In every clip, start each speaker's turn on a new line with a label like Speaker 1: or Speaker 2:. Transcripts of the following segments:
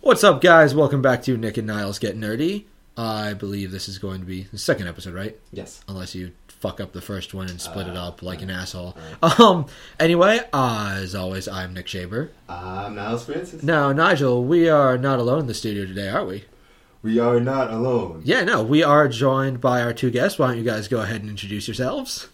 Speaker 1: What's up, guys? Welcome back to Nick and Niles Get Nerdy. I believe this is going to be the second episode, right?
Speaker 2: Yes.
Speaker 1: Unless you fuck up the first one and split it
Speaker 3: Uh,
Speaker 1: up like an asshole. Um. Anyway, uh, as always, I'm Nick Shaver.
Speaker 2: I'm Niles Francis.
Speaker 1: Now, Nigel, we are not alone in the studio today, are we?
Speaker 2: We are not alone.
Speaker 1: Yeah, no, we are joined by our two guests. Why don't you guys go ahead and introduce yourselves?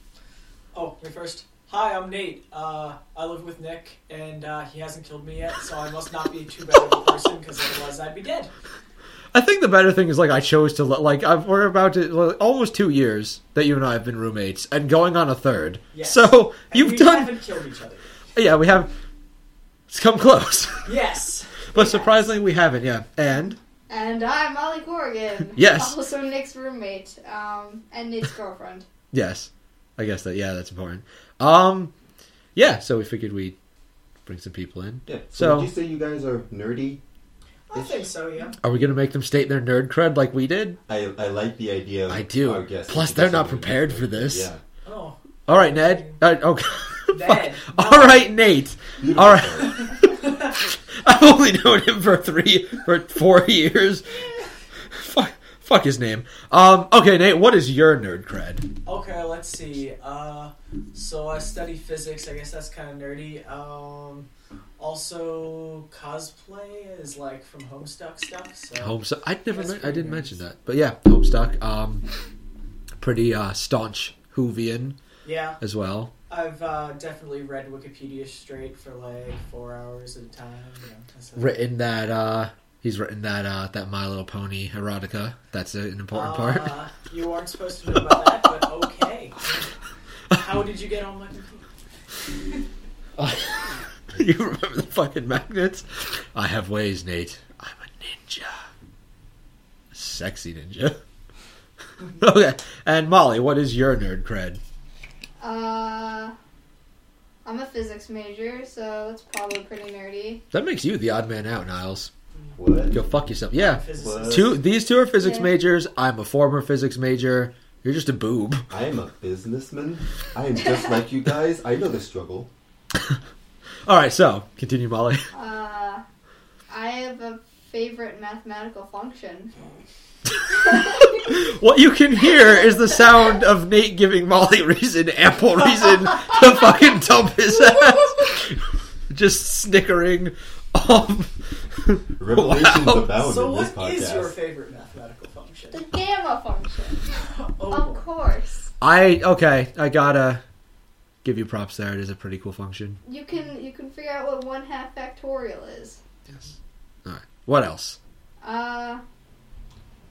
Speaker 3: Oh, me first. Hi, I'm Nate. Uh, I live with Nick, and uh, he hasn't killed me yet, so I must not be too bad of a person because otherwise I'd be dead.
Speaker 1: I think the better thing is like I chose to let like I've, we're about to like, almost two years that you and I have been roommates and going on a third.
Speaker 3: Yes.
Speaker 1: So
Speaker 3: And
Speaker 1: you've
Speaker 3: we
Speaker 1: done
Speaker 3: haven't killed each other.
Speaker 1: yeah we have it's come close,
Speaker 3: Yes.
Speaker 1: but surprisingly we haven't yeah. And
Speaker 4: And I'm Molly Corrigan.
Speaker 1: Yes.
Speaker 4: Also Nick's roommate um, and Nate's girlfriend.
Speaker 1: yes, I guess that yeah that's important. Um, yeah, so we figured we'd bring some people in.
Speaker 2: Yeah.
Speaker 1: So-
Speaker 2: So, would you say you guys are nerdy?
Speaker 3: I think so. Yeah.
Speaker 1: Are we gonna make them state their nerd cred like we did?
Speaker 2: I, I like the idea. Of
Speaker 1: I do.
Speaker 2: Our guests
Speaker 1: Plus,
Speaker 2: being
Speaker 1: they're not
Speaker 2: nerdy.
Speaker 1: prepared for this.
Speaker 2: Yeah.
Speaker 3: Oh,
Speaker 1: All right, Ned. Uh, oh, fuck.
Speaker 3: Ned.
Speaker 1: All right, Nate.
Speaker 2: Beautiful.
Speaker 1: All right. I've only known him for three for four years. Fuck, fuck his name. Um, okay, Nate, what is your nerd cred?
Speaker 3: Okay. Let's see. Uh, so I study physics. I guess that's kind of nerdy. Um, also, cosplay is like from Homestuck stuff. So
Speaker 1: Homestuck. I never,
Speaker 3: That's
Speaker 1: men- I
Speaker 3: pretty
Speaker 1: didn't
Speaker 3: nerdy.
Speaker 1: mention that, but yeah, Homestuck. Um, pretty uh, staunch Hoovian
Speaker 3: yeah,
Speaker 1: as well.
Speaker 3: I've uh, definitely read Wikipedia straight for like four hours at a time. You know, that's a-
Speaker 1: Written that uh, he's written that uh, that My Little Pony erotica. That's an important part.
Speaker 3: Uh, you aren't supposed to know about that, but okay. How did you get on my computer? Ah.
Speaker 1: you remember the fucking magnets? I have ways, Nate. I'm a ninja. Sexy ninja. okay. And Molly, what is your nerd cred?
Speaker 4: Uh, I'm a physics major, so that's probably pretty nerdy.
Speaker 1: That makes you the odd man out, Niles.
Speaker 2: What?
Speaker 1: Go fuck yourself. Yeah.
Speaker 3: Physicist.
Speaker 2: What?
Speaker 1: Two these two are physics
Speaker 4: Yeah.
Speaker 1: majors. I'm a former physics major. You're just a boob.
Speaker 2: I am a businessman. I am just like you guys. I know the struggle.
Speaker 1: Alright, so continue Molly.
Speaker 4: Uh, I have a favorite mathematical function.
Speaker 1: What you can hear is the sound of Nate giving Molly reason, ample reason to fucking dump his ass. Just snickering. Um,
Speaker 2: Revelations
Speaker 1: Wow.
Speaker 2: abound
Speaker 3: So
Speaker 2: in
Speaker 3: what
Speaker 2: this
Speaker 3: is
Speaker 2: podcast.
Speaker 3: your favorite mathematical function?
Speaker 4: The gamma function. Of
Speaker 3: Oh,
Speaker 4: course.
Speaker 1: I okay. I gotta give you props there. It is a pretty cool function.
Speaker 4: You can you can figure out what one half factorial is.
Speaker 1: Yes. All right. What else?
Speaker 4: Uh,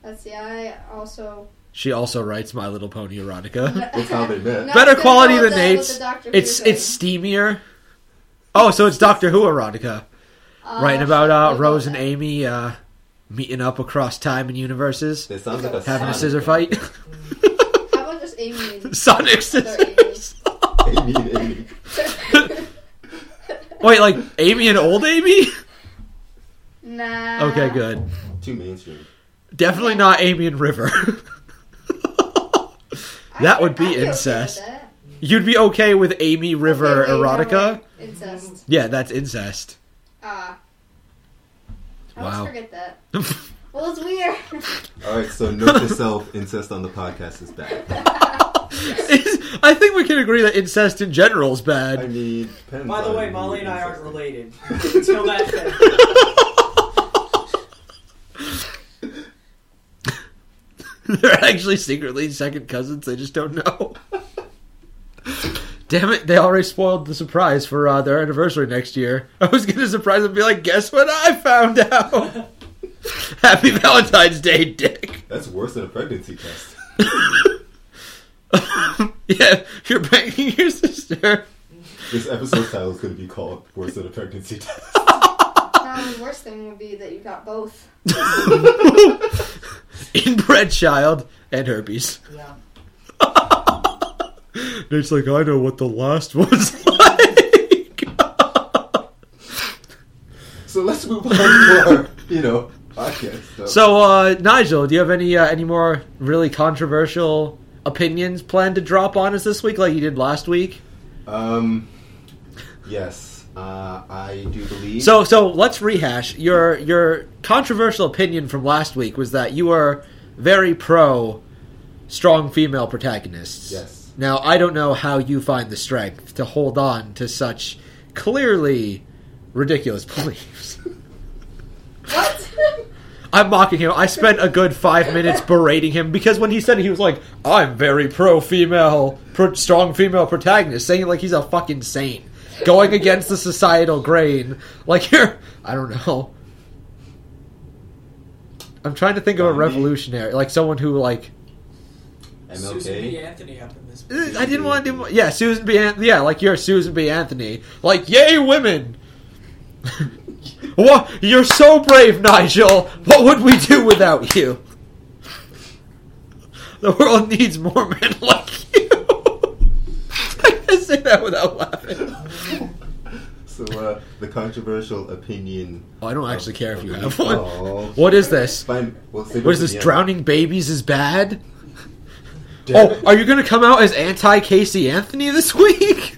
Speaker 4: let's see. I also
Speaker 1: She also writes My Little Pony erotica.
Speaker 2: That's how they met.
Speaker 4: No,
Speaker 1: Better
Speaker 4: it's
Speaker 1: quality
Speaker 4: all
Speaker 1: than
Speaker 4: the- with
Speaker 1: Nate's.
Speaker 4: the Doctor Who
Speaker 1: It's
Speaker 4: thing.
Speaker 1: it's steamier. Oh, so it's Doctor Who erotica,
Speaker 4: Uh,
Speaker 1: writing about uh,
Speaker 4: what
Speaker 1: Rose and
Speaker 4: that?
Speaker 1: Amy uh, meeting up across time and universes,
Speaker 2: It sounds like a
Speaker 1: having a
Speaker 2: Sonic
Speaker 1: scissor
Speaker 2: game.
Speaker 1: fight.
Speaker 4: How about just Amy? and-
Speaker 1: Sonic scissors.
Speaker 2: Amy and Amy.
Speaker 1: Wait, like Amy and old Amy?
Speaker 4: Nah.
Speaker 1: Okay, good.
Speaker 2: Too mainstream.
Speaker 1: Definitely not Amy and River.
Speaker 4: I
Speaker 1: That
Speaker 4: could-
Speaker 1: would be
Speaker 4: I'd okay with
Speaker 1: incest.
Speaker 4: that.
Speaker 1: You'd be okay with Amy River
Speaker 4: Okay, wait, no, wait.
Speaker 1: erotica?
Speaker 4: Incest.
Speaker 1: Yeah, that's incest.
Speaker 4: Ah. I
Speaker 1: Wow.
Speaker 4: always forget that. Well, it's weird.
Speaker 2: All right, so note to self: incest on the podcast is bad.
Speaker 1: Oh, I think we can agree that incest in general is
Speaker 2: I
Speaker 1: bad.
Speaker 2: mean, depends
Speaker 3: By the
Speaker 2: on
Speaker 3: way,
Speaker 2: who
Speaker 3: Molly and I aren't
Speaker 2: incested.
Speaker 3: related. Until that day.
Speaker 1: They're actually secretly second cousins, they just don't know. Damn it, they already spoiled the surprise for uh, their anniversary next year. I was gonna surprise them and be like, guess what I found out? Happy Valentine's Day, dick.
Speaker 2: That's worse than a pregnancy test.
Speaker 1: yeah, you're banging your sister.
Speaker 2: This episode title is going to be called "Worse Than a Pregnancy Test."
Speaker 4: um, the worst thing would be that you got both.
Speaker 1: Inbred child and herpes.
Speaker 3: Yeah.
Speaker 1: Nate's like, I know what the last was like.
Speaker 2: So let's move on to our, you know, podcast stuff.
Speaker 1: so, uh, Nigel, do you have any uh, any more really controversial opinions planned to drop on us this week, like you did last week?
Speaker 2: um, yes, Uh, I do believe.
Speaker 1: So so let's rehash your your controversial opinion from last week was that you were very pro strong female protagonists.
Speaker 2: Yes.
Speaker 1: Now I don't know how you find the strength to hold on to such clearly ridiculous beliefs.
Speaker 4: What?
Speaker 1: I'm mocking him. I spent a good five minutes berating him because when he said it, he was like, "I'm very pro female, pro- strong female protagonist," saying it like he's a fucking saint, going against the societal grain. Like you're, I don't know. I'm trying to think of a
Speaker 2: Gandhi.
Speaker 1: revolutionary, like someone who like
Speaker 3: Susan B.
Speaker 2: MLK.
Speaker 3: Anthony up in this.
Speaker 1: eh, I didn't want to do. Yeah, Susan B. An- yeah, like you're Susan B. Anthony. Like, yay, women. what? You're so brave, Nigel. What would we do without you? The world needs more men like you. I can't say that without laughing.
Speaker 2: So uh, the controversial opinion.
Speaker 1: Oh, I don't actually care if you have one.
Speaker 2: Oh.
Speaker 1: What is this?
Speaker 2: Fine. We'll save it
Speaker 1: What is
Speaker 2: to
Speaker 1: this?
Speaker 2: the end.
Speaker 1: Drowning babies is bad.
Speaker 2: Damn
Speaker 1: Oh,
Speaker 2: it.
Speaker 1: are you going to come out as anti Casey Anthony this week?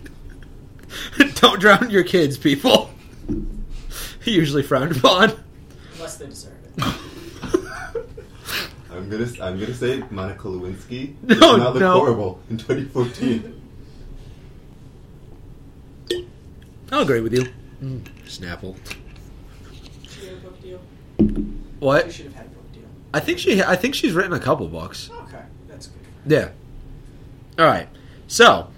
Speaker 1: Don't drown your kids, people. Usually frowned upon.
Speaker 3: Unless they deserve it.
Speaker 2: I'm gonna I'm gonna say Monica Lewinsky.
Speaker 1: No,
Speaker 2: does not look
Speaker 1: no.
Speaker 2: horrible in 2014.
Speaker 1: I'll agree with you. Mm, Snapple.
Speaker 3: She had a book deal. She
Speaker 2: Uh,
Speaker 1: What?
Speaker 3: should have had a book deal.
Speaker 1: I think she. I think she's written a couple books.
Speaker 3: Okay, that's good. for her.
Speaker 1: Yeah. All right. So,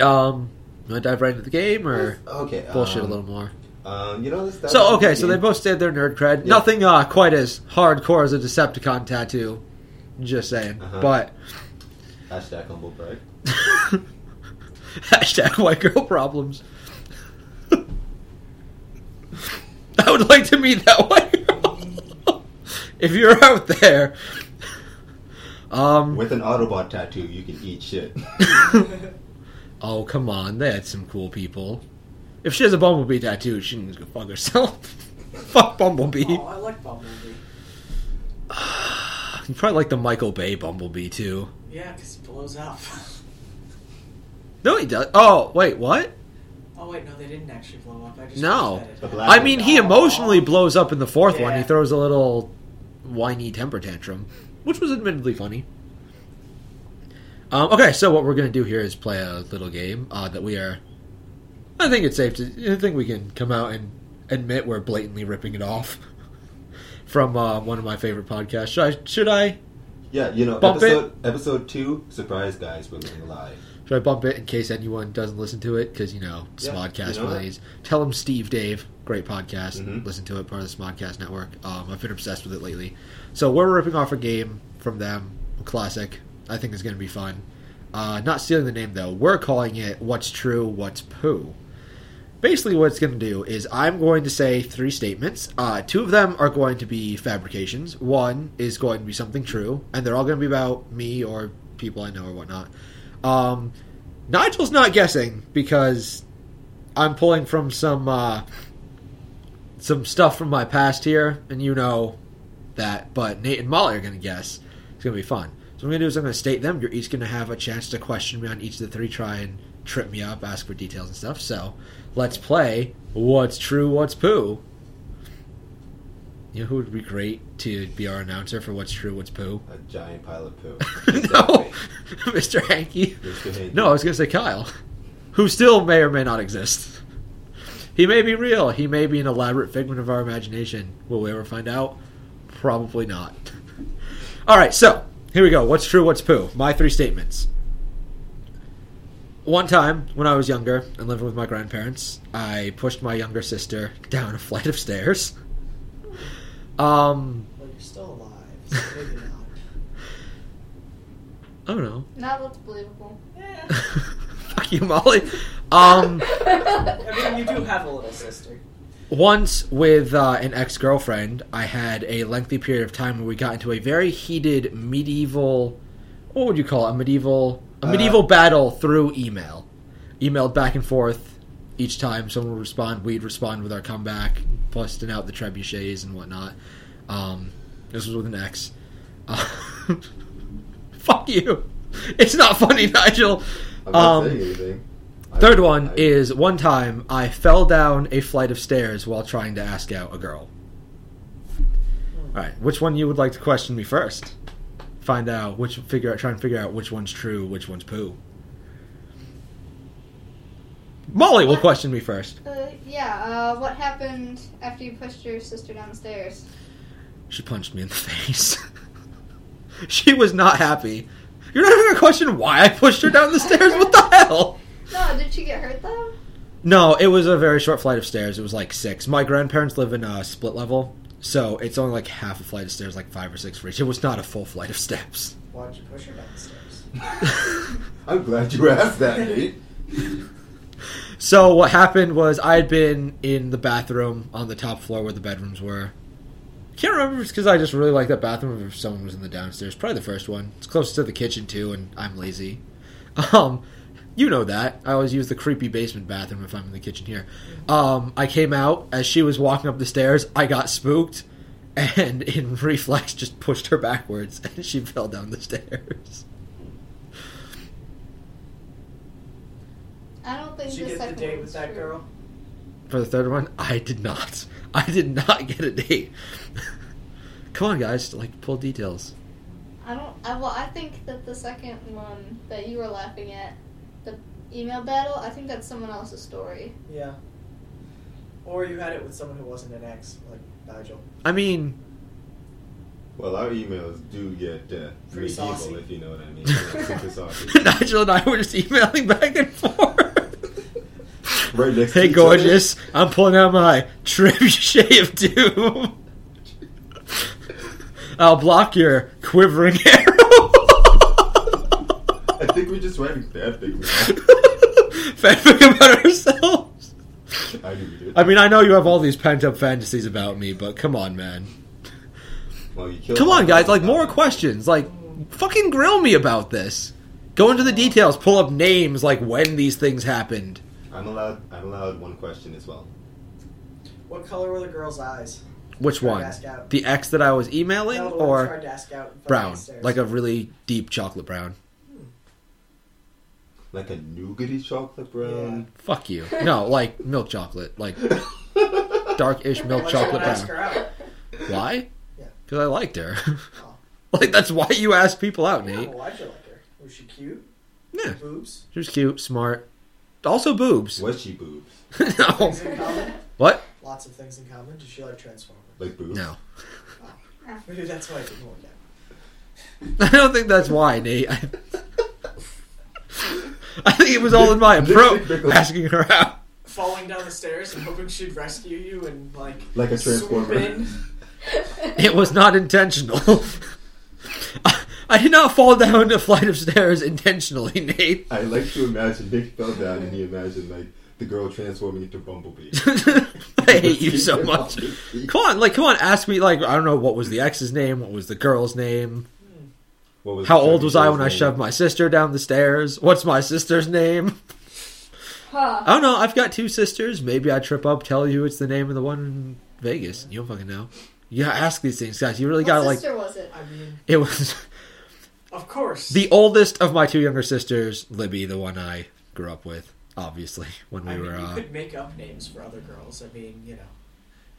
Speaker 1: um, want to dive right into the game or
Speaker 2: okay.
Speaker 1: bullshit
Speaker 2: um,
Speaker 1: a little more?
Speaker 2: Um, you know this. that
Speaker 1: So
Speaker 2: was
Speaker 1: okay, so
Speaker 2: the
Speaker 1: they
Speaker 2: game.
Speaker 1: both did their nerd cred.
Speaker 2: Yeah.
Speaker 1: Nothing uh, quite as hardcore as a Decepticon tattoo. Just saying,
Speaker 2: Uh-huh.
Speaker 1: but
Speaker 2: hashtag humble brag.
Speaker 1: Hashtag white girl problems. I would like to meet that white girl. if you're out there. Um.
Speaker 2: With an Autobot tattoo, you can eat shit.
Speaker 1: oh, come on. They had some cool people. If she has a Bumblebee tattoo, she can go fuck herself. fuck Bumblebee.
Speaker 3: Oh, I like Bumblebee.
Speaker 1: You probably like the Michael Bay Bumblebee, too.
Speaker 3: Yeah, 'cause he blows up.
Speaker 1: No, he does. Oh, wait, what?
Speaker 3: oh wait, no, they didn't actually blow up. I just
Speaker 1: No.
Speaker 3: wish that Oh, it
Speaker 2: The
Speaker 3: had.
Speaker 2: black-
Speaker 1: I mean, he emotionally blows up in the fourth one. He
Speaker 3: Yeah.
Speaker 1: throws a little whiny temper tantrum, which was admittedly funny. Um, okay, so what we're going to do here is play a little game uh, that we are. I think it's safe to. I think we can come out and admit we're blatantly ripping it off from uh, one of my favorite podcasts. Should I? Should I?
Speaker 2: yeah, you know,
Speaker 1: Bump it.
Speaker 2: episode episode two, surprise guys, we're living alive.
Speaker 1: Should I bump it in case anyone doesn't listen to it? Because you know,
Speaker 2: Yeah,
Speaker 1: Smodcast
Speaker 2: you know that.
Speaker 1: plays. Tell them Steve Dave, great podcast.
Speaker 2: Mhm.
Speaker 1: Listen to it, part of the Smodcast network. Um, I've been obsessed with it lately. So we're ripping off a game from them, a classic. I think it's going to be fun. Uh, not stealing the name though. We're calling it "What's True, What's Poo." Basically, what it's going to do is I'm going to say three statements. Uh, two of them are going to be fabrications. One is going to be something true, and they're all going to be about me or people I know or whatnot. Um, Nigel's not guessing because I'm pulling from some uh, some stuff from my past here, and you know that. But Nate and Molly are going to guess. It's going to be fun. So what I'm going to do is I'm going to state them. You're each going to have a chance to question me on each of the three. Try and trip me up, ask for details and stuff. So let's play. What's true? What's poo? You know who would be great to be our announcer for what's true? What's poo?
Speaker 2: A giant pile of poo.
Speaker 1: no, Mr. Hanky.
Speaker 2: Mr. Hanky.
Speaker 1: No, I was going to say Kyle, who still may or may not exist. He may be real. He may be an elaborate figment of our imagination. Will we ever find out? Probably not. All right, so here we go. What's true? What's poo? My three statements. One time when I was younger and living with my grandparents, I pushed my younger sister down a flight of stairs. Um,
Speaker 3: Well, you're still alive. So maybe not.
Speaker 1: I don't know.
Speaker 4: That looks believable.
Speaker 3: Yeah.
Speaker 1: Fuck you, Molly. Um,
Speaker 3: I mean, you do have a little sister.
Speaker 1: once with uh, an ex girlfriend, I had a lengthy period of time where we got into a very heated medieval. What would you call it? A medieval a
Speaker 2: Uh,
Speaker 1: medieval battle through email, emailed back and forth. Each time someone would respond, we'd respond with our comeback, busting out the trebuchets and whatnot. Um, this was with an ex. Uh, fuck you! It's not funny, Nigel.
Speaker 2: I'm not
Speaker 1: Um,
Speaker 2: saying anything.
Speaker 1: Third one
Speaker 2: I-
Speaker 1: is one time I fell down a flight of stairs while trying to ask out a girl. All right, which one you would like to question me first? Find out which figure out try and figure out which one's true, which one's poo. Molly will question me first.
Speaker 4: Uh, yeah, uh, what happened after you pushed your sister down the stairs?
Speaker 1: She punched me in the face. she was not happy. You're not even gonna question why I pushed her down the stairs? What the hell?
Speaker 4: No, did she get hurt though?
Speaker 1: No, it was a very short flight of stairs. It was like six. My grandparents live in a split level, so it's only like half a flight of stairs, like five or six for each. It was not a full flight of steps.
Speaker 3: Why'd you push her down the stairs?
Speaker 2: I'm glad you asked that, Nate.
Speaker 1: so what happened was I had been in the bathroom on the top floor where the bedrooms were. Can't remember if it's because I just really like that bathroom or if someone was in the downstairs. Probably the first one. It's close to the kitchen too, and I'm lazy. Um, you know that. I always use the creepy basement bathroom if I'm in the kitchen here. Um, I came out as she was walking up the stairs. I got spooked, and in reflex, just pushed her backwards, and she fell down the stairs.
Speaker 4: I don't think
Speaker 3: Did you
Speaker 4: the
Speaker 3: get the
Speaker 4: second
Speaker 3: date
Speaker 4: one's
Speaker 3: with that
Speaker 4: true.
Speaker 3: girl?
Speaker 1: for the third one, I did not. I did not get a date. Come on, guys, like pull details.
Speaker 4: I don't. I, well, I think that the second one that you were laughing at, the email battle, I think that's someone else's story.
Speaker 3: Yeah. Or you had it with someone who wasn't an ex, like Nigel.
Speaker 1: I mean,
Speaker 2: Well, our emails do get uh,
Speaker 3: Pretty saucy.
Speaker 2: medieval, if you know what I mean. Yeah, super saucy.
Speaker 1: Nigel and I were just emailing back and forth.
Speaker 2: Right next to
Speaker 1: hey,
Speaker 2: each
Speaker 1: gorgeous, I'm pulling out my trebuchet of doom. I'll block your quivering arrow.
Speaker 2: I think we're just writing fanfic
Speaker 1: Fanfic about ourselves.
Speaker 2: now. I knew we did.
Speaker 1: I mean, I know you have all these pent up fantasies about me, but come on, man.
Speaker 2: well, you killed
Speaker 1: Come on,
Speaker 2: me.
Speaker 1: guys! Like more questions. Like, fucking grill me about this. Go into the details. Pull up names. Like when these things happened.
Speaker 2: I'm allowed. I'm allowed one question as well.
Speaker 3: What color were the girl's eyes?
Speaker 1: Which
Speaker 3: Tried to
Speaker 1: one?
Speaker 3: ask out.
Speaker 1: The ex that I was emailing,
Speaker 3: No, the one who tried
Speaker 1: or
Speaker 3: to ask out. and fell down
Speaker 1: brown,
Speaker 3: the stairs.
Speaker 1: like a really deep chocolate brown.
Speaker 2: Like a nougaty chocolate brown.
Speaker 1: Fuck you. No, like milk chocolate, like darkish milk
Speaker 3: Why'd you
Speaker 1: chocolate
Speaker 3: wanna Ask
Speaker 1: brown.
Speaker 3: her out.
Speaker 1: Why?
Speaker 3: Yeah.
Speaker 1: Because I liked her.
Speaker 3: Oh.
Speaker 1: like that's why you ask people out,
Speaker 3: Yeah,
Speaker 1: Nate.
Speaker 3: well, why'd you like her? Was she cute?
Speaker 1: Yeah,
Speaker 3: Boobs?
Speaker 1: she was cute, smart. Also boobs.
Speaker 2: Was she boobs?
Speaker 1: no.
Speaker 3: Things in common?
Speaker 1: What?
Speaker 3: Lots of things in common. Did she like Transformers?
Speaker 2: Like boobs?
Speaker 1: No.
Speaker 3: Maybe that's why it didn't work out.
Speaker 1: I don't think that's why, Nate. I, I think it was all in my approach asking her out.
Speaker 3: Falling down the stairs and hoping she'd rescue you and like
Speaker 2: Like a
Speaker 3: swoop
Speaker 2: transformer.
Speaker 3: in.
Speaker 1: It was not intentional. I, I did not fall down a flight of stairs intentionally, Nate.
Speaker 2: I like to imagine Nick fell down and he imagined like the girl transforming into Bumblebee.
Speaker 1: I hate you so much. Come on, like, come on, ask me, like, I don't know, what was the ex's name? What was the girl's name?
Speaker 2: What was
Speaker 1: How
Speaker 2: the
Speaker 1: old was I when I
Speaker 2: name?
Speaker 1: shoved my sister down the stairs? What's my sister's name?
Speaker 4: Huh.
Speaker 1: I don't know. I've got two sisters. Maybe I trip up, tell you it's the name of the one in Vegas. You don't fucking know. You gotta ask these things, guys. You really
Speaker 4: What
Speaker 1: gotta like.
Speaker 4: sister was it?
Speaker 3: I mean,
Speaker 1: It was
Speaker 3: of course.
Speaker 1: the oldest of my two younger sisters, Libby, the one I grew up with, obviously when we
Speaker 3: I mean,
Speaker 1: were.
Speaker 3: you
Speaker 1: Uh,
Speaker 3: could make up names for other girls. I mean, you know,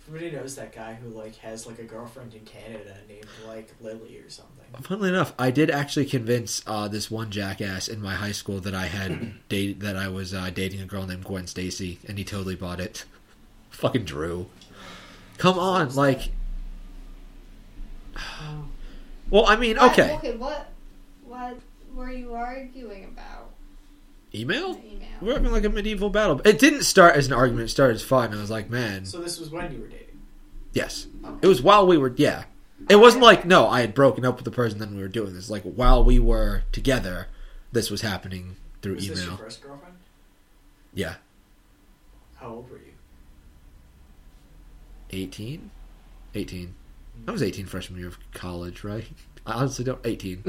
Speaker 3: everybody knows that guy who like has like a girlfriend in Canada named like Lily or something.
Speaker 1: uh, Funnily enough, I did actually convince uh, this one jackass in my high school that I had date that I was uh, dating a girl named Gwen Stacy, and he totally bought it. Fucking Drew, come on, like. Well, I mean,
Speaker 4: Why-
Speaker 1: okay.
Speaker 4: Okay, what, what were you arguing about?
Speaker 1: Email?
Speaker 4: in the Email.
Speaker 1: We're having like a medieval battle. It didn't start as an argument. It started as fun. I was like, man,
Speaker 3: So this was when you were dating.
Speaker 1: yes. It was while we were, yeah. It wasn't like no, I had broken up with the person. Then we were doing this. Like while we were together, this was happening through
Speaker 3: Was this your
Speaker 1: email.
Speaker 3: first girlfriend?
Speaker 1: Yeah,
Speaker 3: How old were you?
Speaker 1: 18? 18. I was 18 freshman year of college, right? I honestly don't. 18.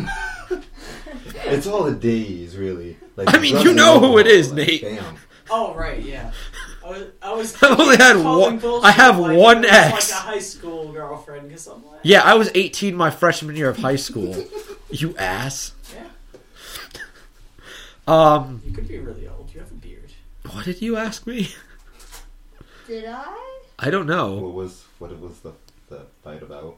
Speaker 2: It's all the days, really. Like,
Speaker 1: I mean,
Speaker 2: drugs
Speaker 1: you
Speaker 2: and
Speaker 1: know who it
Speaker 2: alcohol,
Speaker 1: is,
Speaker 2: like,
Speaker 1: Nate.
Speaker 2: Damn.
Speaker 3: Oh right, yeah. I was. I was.
Speaker 1: I've only had
Speaker 3: calling
Speaker 1: one-
Speaker 3: bullshit,
Speaker 1: I have
Speaker 3: like,
Speaker 1: one
Speaker 3: it was
Speaker 1: ex.
Speaker 3: Like a high school girlfriend, because I'm like,
Speaker 1: Yeah, I was 18 my freshman year of high school. you ass.
Speaker 3: yeah,
Speaker 1: Um,
Speaker 3: you could be really old. You have a beard.
Speaker 1: What did you ask me?
Speaker 4: Did I?
Speaker 1: I don't know.
Speaker 2: What was what it was the the fight about?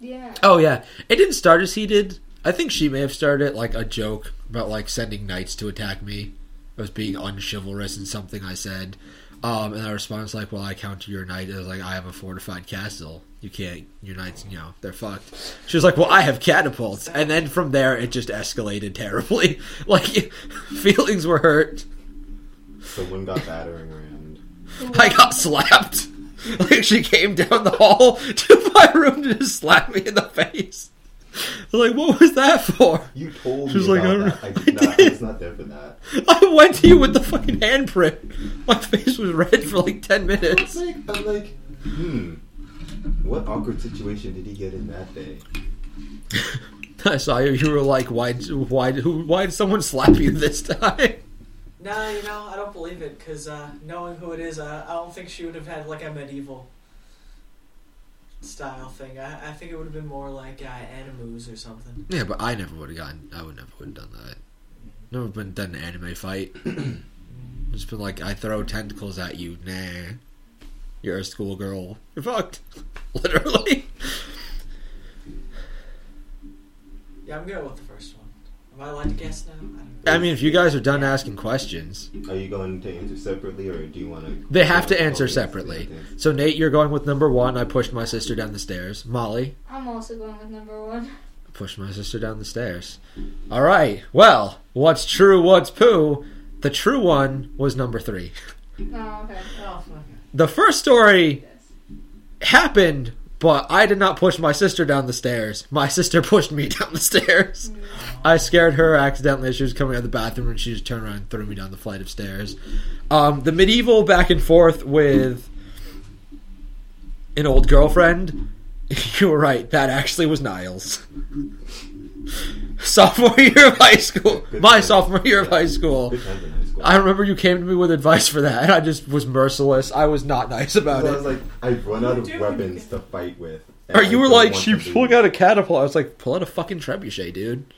Speaker 4: Yeah.
Speaker 1: Oh yeah, it didn't start as heated. I think she may have started like a joke about like sending knights to attack me. I was being unchivalrous in something I said, um, and I response like, "Well, I counter your knight as like I have a fortified castle. You can't. Your knights, you know, they're fucked." She was like, "Well, I have catapults," and then from there it just escalated terribly. like feelings were hurt.
Speaker 2: Someone got battering rammed.
Speaker 1: I got slapped. Like she came down the hall to my room to just slap me in the face. Like, what was that for?
Speaker 2: You told
Speaker 1: She was
Speaker 2: me
Speaker 1: like,
Speaker 2: about
Speaker 1: I
Speaker 2: that. I
Speaker 1: don't
Speaker 2: did
Speaker 1: know.
Speaker 2: not. I was not there for that.
Speaker 1: I went to you with the fucking handprint. My face was red for like ten minutes.
Speaker 2: Like, I'm like, hmm. What awkward situation did he get in that day?
Speaker 1: I saw you. You were like, why, why, who, why did someone slap you this time?
Speaker 3: No, you know, I don't believe it because uh, knowing who it is, I, I don't think she would have had like a medieval style thing. I, I think it would have been more like uh, animus or something.
Speaker 1: Yeah, but I never would have gotten. I would never would have done that. Never been done an anime fight. Just been like, I throw tentacles at you. Nah, you're a schoolgirl. You're fucked. Literally.
Speaker 3: Yeah, I'm going with the first one. Am I allowed to guess now? I don't know.
Speaker 1: I mean, if you guys are done asking questions,
Speaker 2: Are you going to answer separately, or do you want to?
Speaker 1: they have to
Speaker 2: Okay,
Speaker 1: answer
Speaker 2: so they have to
Speaker 1: separately.
Speaker 2: answer.
Speaker 1: So Nate, you're going with number one. I pushed my sister down the stairs. Molly
Speaker 4: I'm also going with number one.
Speaker 1: pushed my sister down the stairs. All right. Well, what's true? What's poo? The true one was number three.
Speaker 4: Oh, okay.
Speaker 3: Oh, fuck.
Speaker 1: The first story
Speaker 4: Yes.
Speaker 1: happened, but I did not push my sister down the stairs. My sister pushed me down the stairs. I scared her accidentally as she was coming out of the bathroom, and she just turned around and threw me down the flight of stairs. Um, the medieval back and forth with an old girlfriend. You were right. That actually was Niles. sophomore year of high school. My sophomore year of high school.
Speaker 2: Good times in high school.
Speaker 1: I remember you came to me with advice for that, and I just was merciless. I was not nice about
Speaker 2: So I
Speaker 1: it.
Speaker 2: was like, I've run out of
Speaker 3: Dude.
Speaker 2: weapons to fight with. and
Speaker 1: Or
Speaker 2: I
Speaker 1: you were
Speaker 2: don't
Speaker 1: like,
Speaker 2: want
Speaker 1: she
Speaker 2: to
Speaker 1: pulled
Speaker 2: lose.
Speaker 1: out a catapult. I was like, pull out a fucking trebuchet, dude.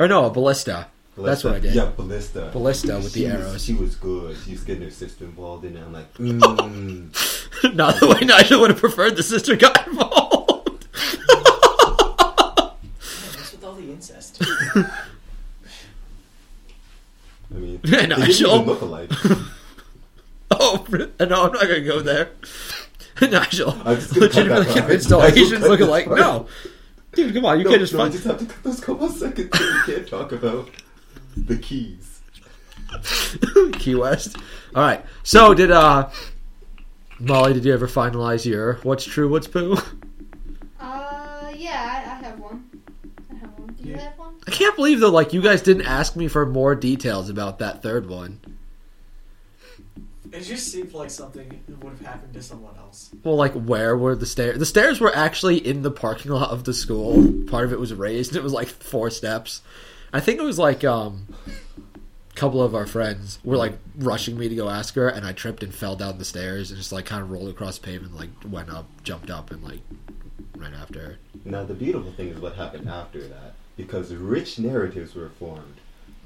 Speaker 1: Or no, a ballista. That's what I did.
Speaker 2: Yeah, ballista.
Speaker 1: Ballista with
Speaker 2: She
Speaker 1: the
Speaker 2: was-
Speaker 1: arrows.
Speaker 2: she was good. She was getting her sister involved in it. I'm like, mm.
Speaker 1: Not the way Nigel would have preferred the sister got involved.
Speaker 3: Man, What's with all the incest?
Speaker 2: I mean,
Speaker 1: Yeah, no,
Speaker 2: they didn't
Speaker 1: she'll-
Speaker 2: even look alike.
Speaker 1: Oh, no, I'm not going to go there. Nigel,
Speaker 2: I'm just gonna cut
Speaker 1: legitimately
Speaker 2: that part.
Speaker 1: convinced all
Speaker 2: I will
Speaker 1: Asians
Speaker 2: cut
Speaker 1: look
Speaker 2: this
Speaker 1: alike.
Speaker 2: part.
Speaker 1: No. Dude, come on, you
Speaker 2: no,
Speaker 1: can't just
Speaker 2: no, I
Speaker 1: find.
Speaker 2: just have to cut those couple seconds. that We can't talk about the keys.
Speaker 1: Key West. All right. So, did, uh. Molly, did you ever finalize your what's true, what's poo?
Speaker 4: Uh, yeah, I, I have one. I have one. Do you
Speaker 3: Yeah.
Speaker 4: have one?
Speaker 1: I can't believe, though, like, you guys didn't ask me for more details about that third one.
Speaker 3: it just seemed like something would have happened to someone else.
Speaker 1: Well, like where were the stairs? The stairs were actually in the parking lot of the school. Part of it was raised. It was like four steps. I think it was like um, a couple of our friends were like rushing me to go ask her, and I tripped and fell down the stairs and just like kind of rolled across the pavement, like went up, jumped up, and like ran after her.
Speaker 2: Now, the beautiful thing is what happened after that, because rich narratives were formed.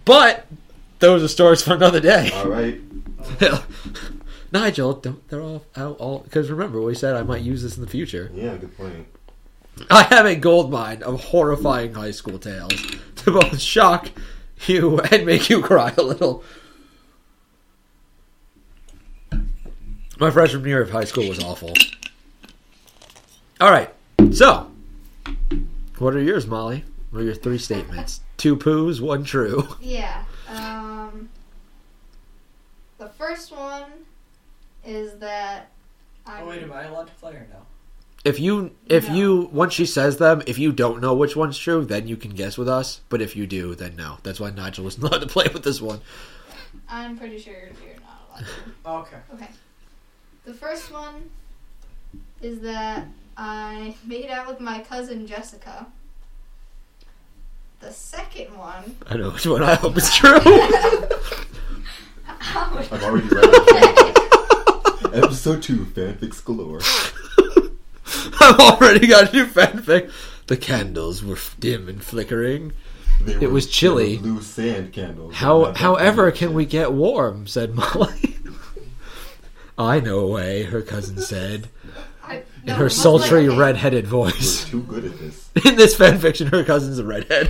Speaker 1: But those are stories for another day.
Speaker 2: All right,
Speaker 1: Nigel, don't they're all out all because remember we said I might use this in the future.
Speaker 2: yeah, good point.
Speaker 1: I have a gold mine of horrifying high school tales to both shock you and make you cry a little. My freshman year of high school was awful. All right, so what are yours, Molly? What are your three statements? Two poos, one true.
Speaker 4: Yeah. Um, the first one is that I.
Speaker 3: Oh, wait, am I allowed to play or no?
Speaker 1: If you, if
Speaker 4: No.
Speaker 1: you, once she says them, if you don't know which one's true, then you can guess with us. But if you do, then no. That's why Nigel was not allowed to play with this one.
Speaker 4: I'm pretty sure you're not allowed. to.
Speaker 3: Okay.
Speaker 4: Okay. The first one is that I made out with my cousin Jessica. The second one.
Speaker 1: I know which one I hope is true.
Speaker 2: I've already read it. Episode 2, fanfics galore.
Speaker 1: I've already got a new fanfic. The candles were f- dim and flickering.
Speaker 2: They
Speaker 1: It
Speaker 2: were-
Speaker 1: was
Speaker 2: they
Speaker 1: chilly.
Speaker 2: were Blue sand candles.
Speaker 1: How,
Speaker 2: Not that
Speaker 1: however,
Speaker 2: kind of
Speaker 1: can we
Speaker 2: shit.
Speaker 1: get warm? said Molly. I know a way, her cousin said,
Speaker 4: I,
Speaker 1: in
Speaker 4: no,
Speaker 1: her
Speaker 4: most
Speaker 1: sultry
Speaker 4: likely-
Speaker 1: red-headed
Speaker 2: We're
Speaker 1: voice.
Speaker 2: too good at this.
Speaker 1: In this fanfiction, her cousin's a redhead.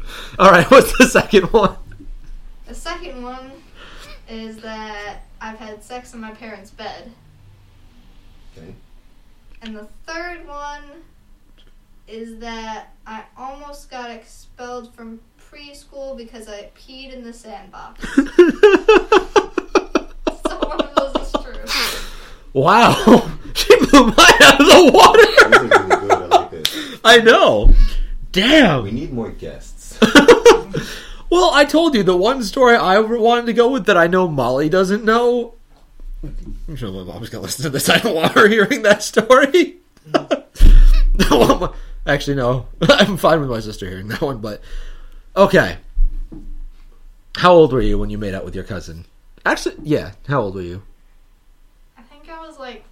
Speaker 1: All right, what's the second one?
Speaker 4: The second one is that I've had sex in my parents' bed.
Speaker 2: Okay.
Speaker 4: And the third one is that I almost got expelled from preschool because I peed in the sandbox. so one of those is true.
Speaker 1: Wow, she blew mine out of the
Speaker 2: These are
Speaker 1: water.
Speaker 2: really good. I like this.
Speaker 1: I know.
Speaker 2: We
Speaker 1: Damn.
Speaker 2: need more guests.
Speaker 1: well, I told you the one story I wanted to go with that I know Molly doesn't know. I'm sure my mom's gonna listen to this. I don't want her hearing that story. no, I'm- actually, no. I'm fine with my sister hearing that one. But okay, how old were you when you made out with your cousin? Actually, yeah. How old were you?
Speaker 4: I think I was like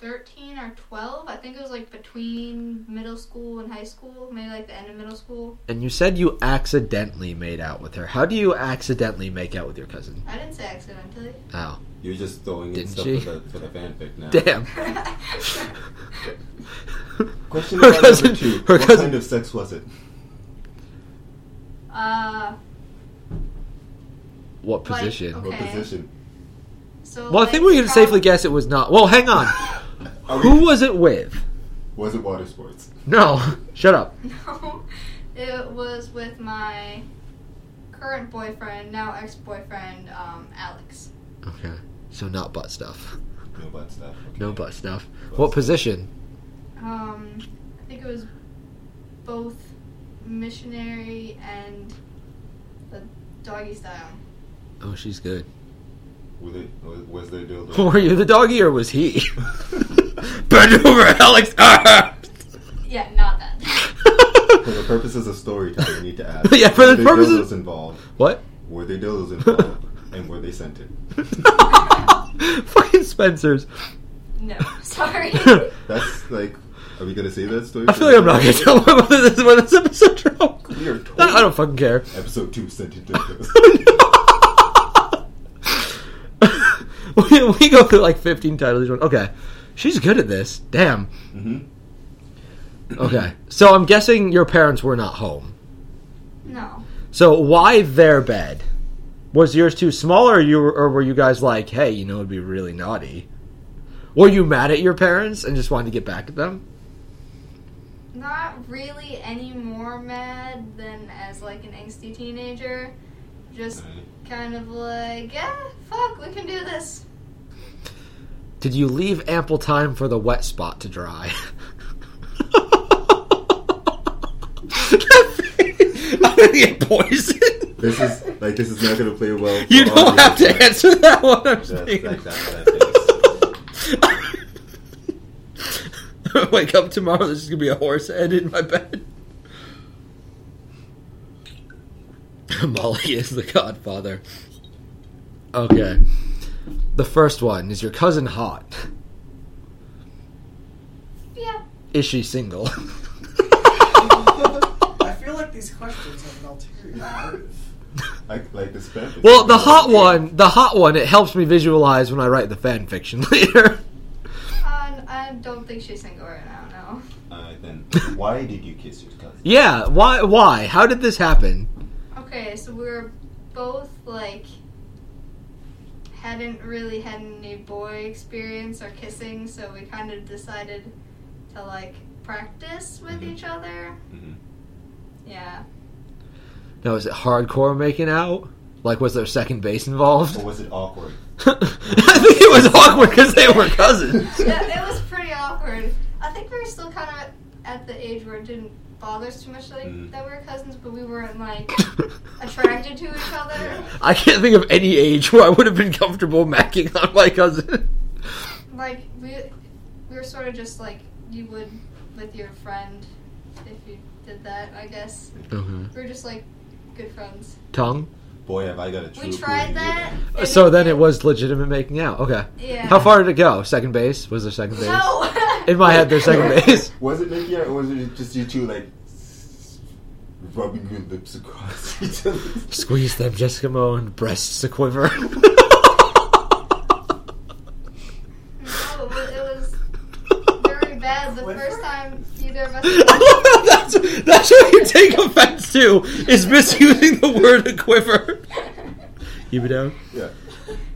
Speaker 4: 13 or 12. I think it was like between middle school and high school, maybe like the end of middle school.
Speaker 1: And you said you accidentally made out with her. How do you accidentally make out with your cousin?
Speaker 4: I didn't say accidentally.
Speaker 1: Ow.
Speaker 2: You're just throwing in
Speaker 1: Didn't
Speaker 2: stuff
Speaker 1: she?
Speaker 2: for the, for the fanfic now.
Speaker 1: Damn.
Speaker 2: Question
Speaker 1: Her
Speaker 2: about
Speaker 1: cousin-
Speaker 2: number
Speaker 1: her
Speaker 2: two. what
Speaker 1: cousin-
Speaker 2: kind of sex was it?
Speaker 4: uh,
Speaker 1: What
Speaker 4: Like,
Speaker 1: position?
Speaker 4: okay. um,
Speaker 2: What position?
Speaker 4: so
Speaker 1: Well, I think we can safely guess it was not. Well, hang on.
Speaker 2: Are we-
Speaker 1: Who was it with?
Speaker 2: Was it water sports?
Speaker 1: No. Shut up.
Speaker 4: No, it was with my current boyfriend, now ex-boyfriend, um, Alex.
Speaker 1: Okay. So not butt stuff.
Speaker 2: No butt stuff. Okay.
Speaker 1: No butt stuff.
Speaker 2: Butt
Speaker 1: What
Speaker 2: stuff.
Speaker 1: position?
Speaker 4: Um, I think it was both missionary and the doggy style.
Speaker 1: Oh, she's good.
Speaker 2: Was, it, was, was there dildo?
Speaker 1: Were you the doggy or was he? Bend over, Alex.
Speaker 4: Yeah, not that.
Speaker 2: for the purposes of storytelling, we need to ask.
Speaker 1: Yeah, for
Speaker 2: were
Speaker 1: the
Speaker 2: there
Speaker 1: purposes-
Speaker 2: dildos involved?
Speaker 1: what?
Speaker 2: Were there dildos involved? and were they scented?
Speaker 1: Fucking Spencer's.
Speaker 4: No, sorry.
Speaker 2: That's like, are we gonna say that story?
Speaker 1: I feel like I'm not gonna tell my mother this is where this episode dropped.
Speaker 2: We are told.
Speaker 1: I I don't fucking care.
Speaker 2: Episode two scented dildos.
Speaker 1: we, we go through like 15 titles each one. Okay. She's good at this. Damn.
Speaker 2: mm-hmm.
Speaker 1: Okay. So I'm guessing your parents were not home.
Speaker 4: no,
Speaker 1: So why their bed? Was yours too small or you were, or were you guys like, "Hey, you know it'd be really naughty." Were you mad at your parents and just wanted to get back at them?
Speaker 4: not really any more mad than as like an angsty teenager. Just kind of like, yeah, fuck, we can do this.
Speaker 1: Did you leave ample time for the wet spot to dry? I'm gonna get poisoned.
Speaker 2: This is like this is not gonna play well. for
Speaker 1: You
Speaker 2: all
Speaker 1: don't
Speaker 2: the
Speaker 1: have to
Speaker 2: listeners.
Speaker 1: answer that one. I'm just
Speaker 2: That's-
Speaker 1: being-
Speaker 2: that's- that's-
Speaker 1: Wake up tomorrow. There's just gonna be a horse head in my bed. Molly is the Godfather. Okay. The first one is your cousin hot.
Speaker 4: Yeah.
Speaker 1: Is she single?
Speaker 3: I feel like these questions have an ulterior motive.
Speaker 2: Like, like the spell.
Speaker 1: Well, the hot one, the hot one, it helps me visualize when I write the fan fiction later.
Speaker 4: Uh, I don't think she's single right now. No.
Speaker 2: Uh, then why did you kiss your cousin?
Speaker 1: yeah, why? Why? How did this happen?
Speaker 4: Okay, so we were both like hadn't really had any boy experience or kissing, so we kind of decided to like practice with
Speaker 2: Mhm.
Speaker 4: each other.
Speaker 2: Mhm.
Speaker 4: Yeah.
Speaker 1: Now, is it hardcore making out? Like, was there second base involved?
Speaker 2: Or was it awkward?
Speaker 1: I think it was awkward because they were cousins.
Speaker 4: yeah, it was pretty awkward. I think we were still kind of at the age where it didn't bother us too much like
Speaker 1: Mm.
Speaker 2: Mhm.
Speaker 4: that we were cousins, but we weren't like attracted to each other.
Speaker 1: I can't think of any age where I would have been comfortable macking on my cousin.
Speaker 4: Like we we were sort of just like you would with your friend if you did that, I guess.
Speaker 1: Okay.
Speaker 4: We're just like good friends.
Speaker 1: Tongue.
Speaker 2: Boy, have I got a true.
Speaker 4: We tried
Speaker 2: clue
Speaker 4: that.
Speaker 2: to do
Speaker 4: and
Speaker 1: Uh, So then it was legitimate making out. Okay.
Speaker 4: Yeah.
Speaker 1: How far did it go? Second base? Was there second base?
Speaker 4: No.
Speaker 1: In my head, there's second base.
Speaker 2: that. Was it Nicky or was it just you two like s- rubbing your lips across each other's
Speaker 1: Squeeze them Jessica Moan breasts a quiver.
Speaker 4: No, it was, it was very bad the
Speaker 3: Quiver?
Speaker 4: first time either of us.
Speaker 1: that's, that's what you take offense to is misusing the word a quiver. You be down?
Speaker 2: Yeah.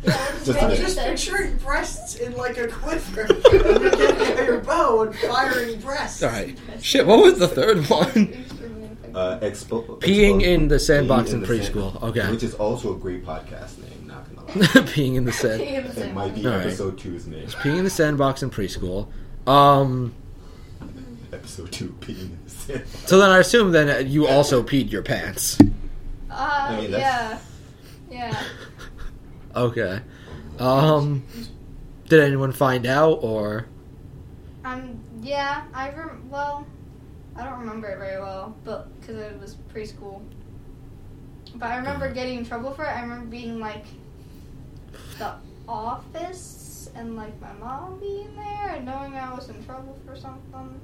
Speaker 4: Just
Speaker 3: I'm
Speaker 2: Right.
Speaker 3: just picturing breasts in like a quiver. your bow and firing breasts.
Speaker 1: All right. Shit. What was the third one?
Speaker 2: Uh, expo-
Speaker 1: Peeing
Speaker 2: expo-
Speaker 1: in the sandbox
Speaker 2: Peeing
Speaker 1: in
Speaker 2: the
Speaker 1: preschool.
Speaker 2: sand-
Speaker 1: Okay.
Speaker 2: Which is also a great podcast name, not gonna lie.
Speaker 1: Peeing in the sand.
Speaker 2: It might be
Speaker 1: All right.
Speaker 2: episode two's name.
Speaker 1: Peeing in the sandbox in preschool. Um.
Speaker 2: Episode two, peeing in the sand.
Speaker 1: So then I assume then uh, you also peed your pants.
Speaker 4: Uh,
Speaker 2: I mean,
Speaker 4: yeah.
Speaker 2: that's-
Speaker 4: Yeah.
Speaker 1: Okay. Um. Did anyone find out or?
Speaker 4: Um, yeah, I rem- well, I don't remember it very well, but because it was preschool. But I remember getting in trouble for it. I remember being like the office and like my mom being there and knowing I was in trouble for something.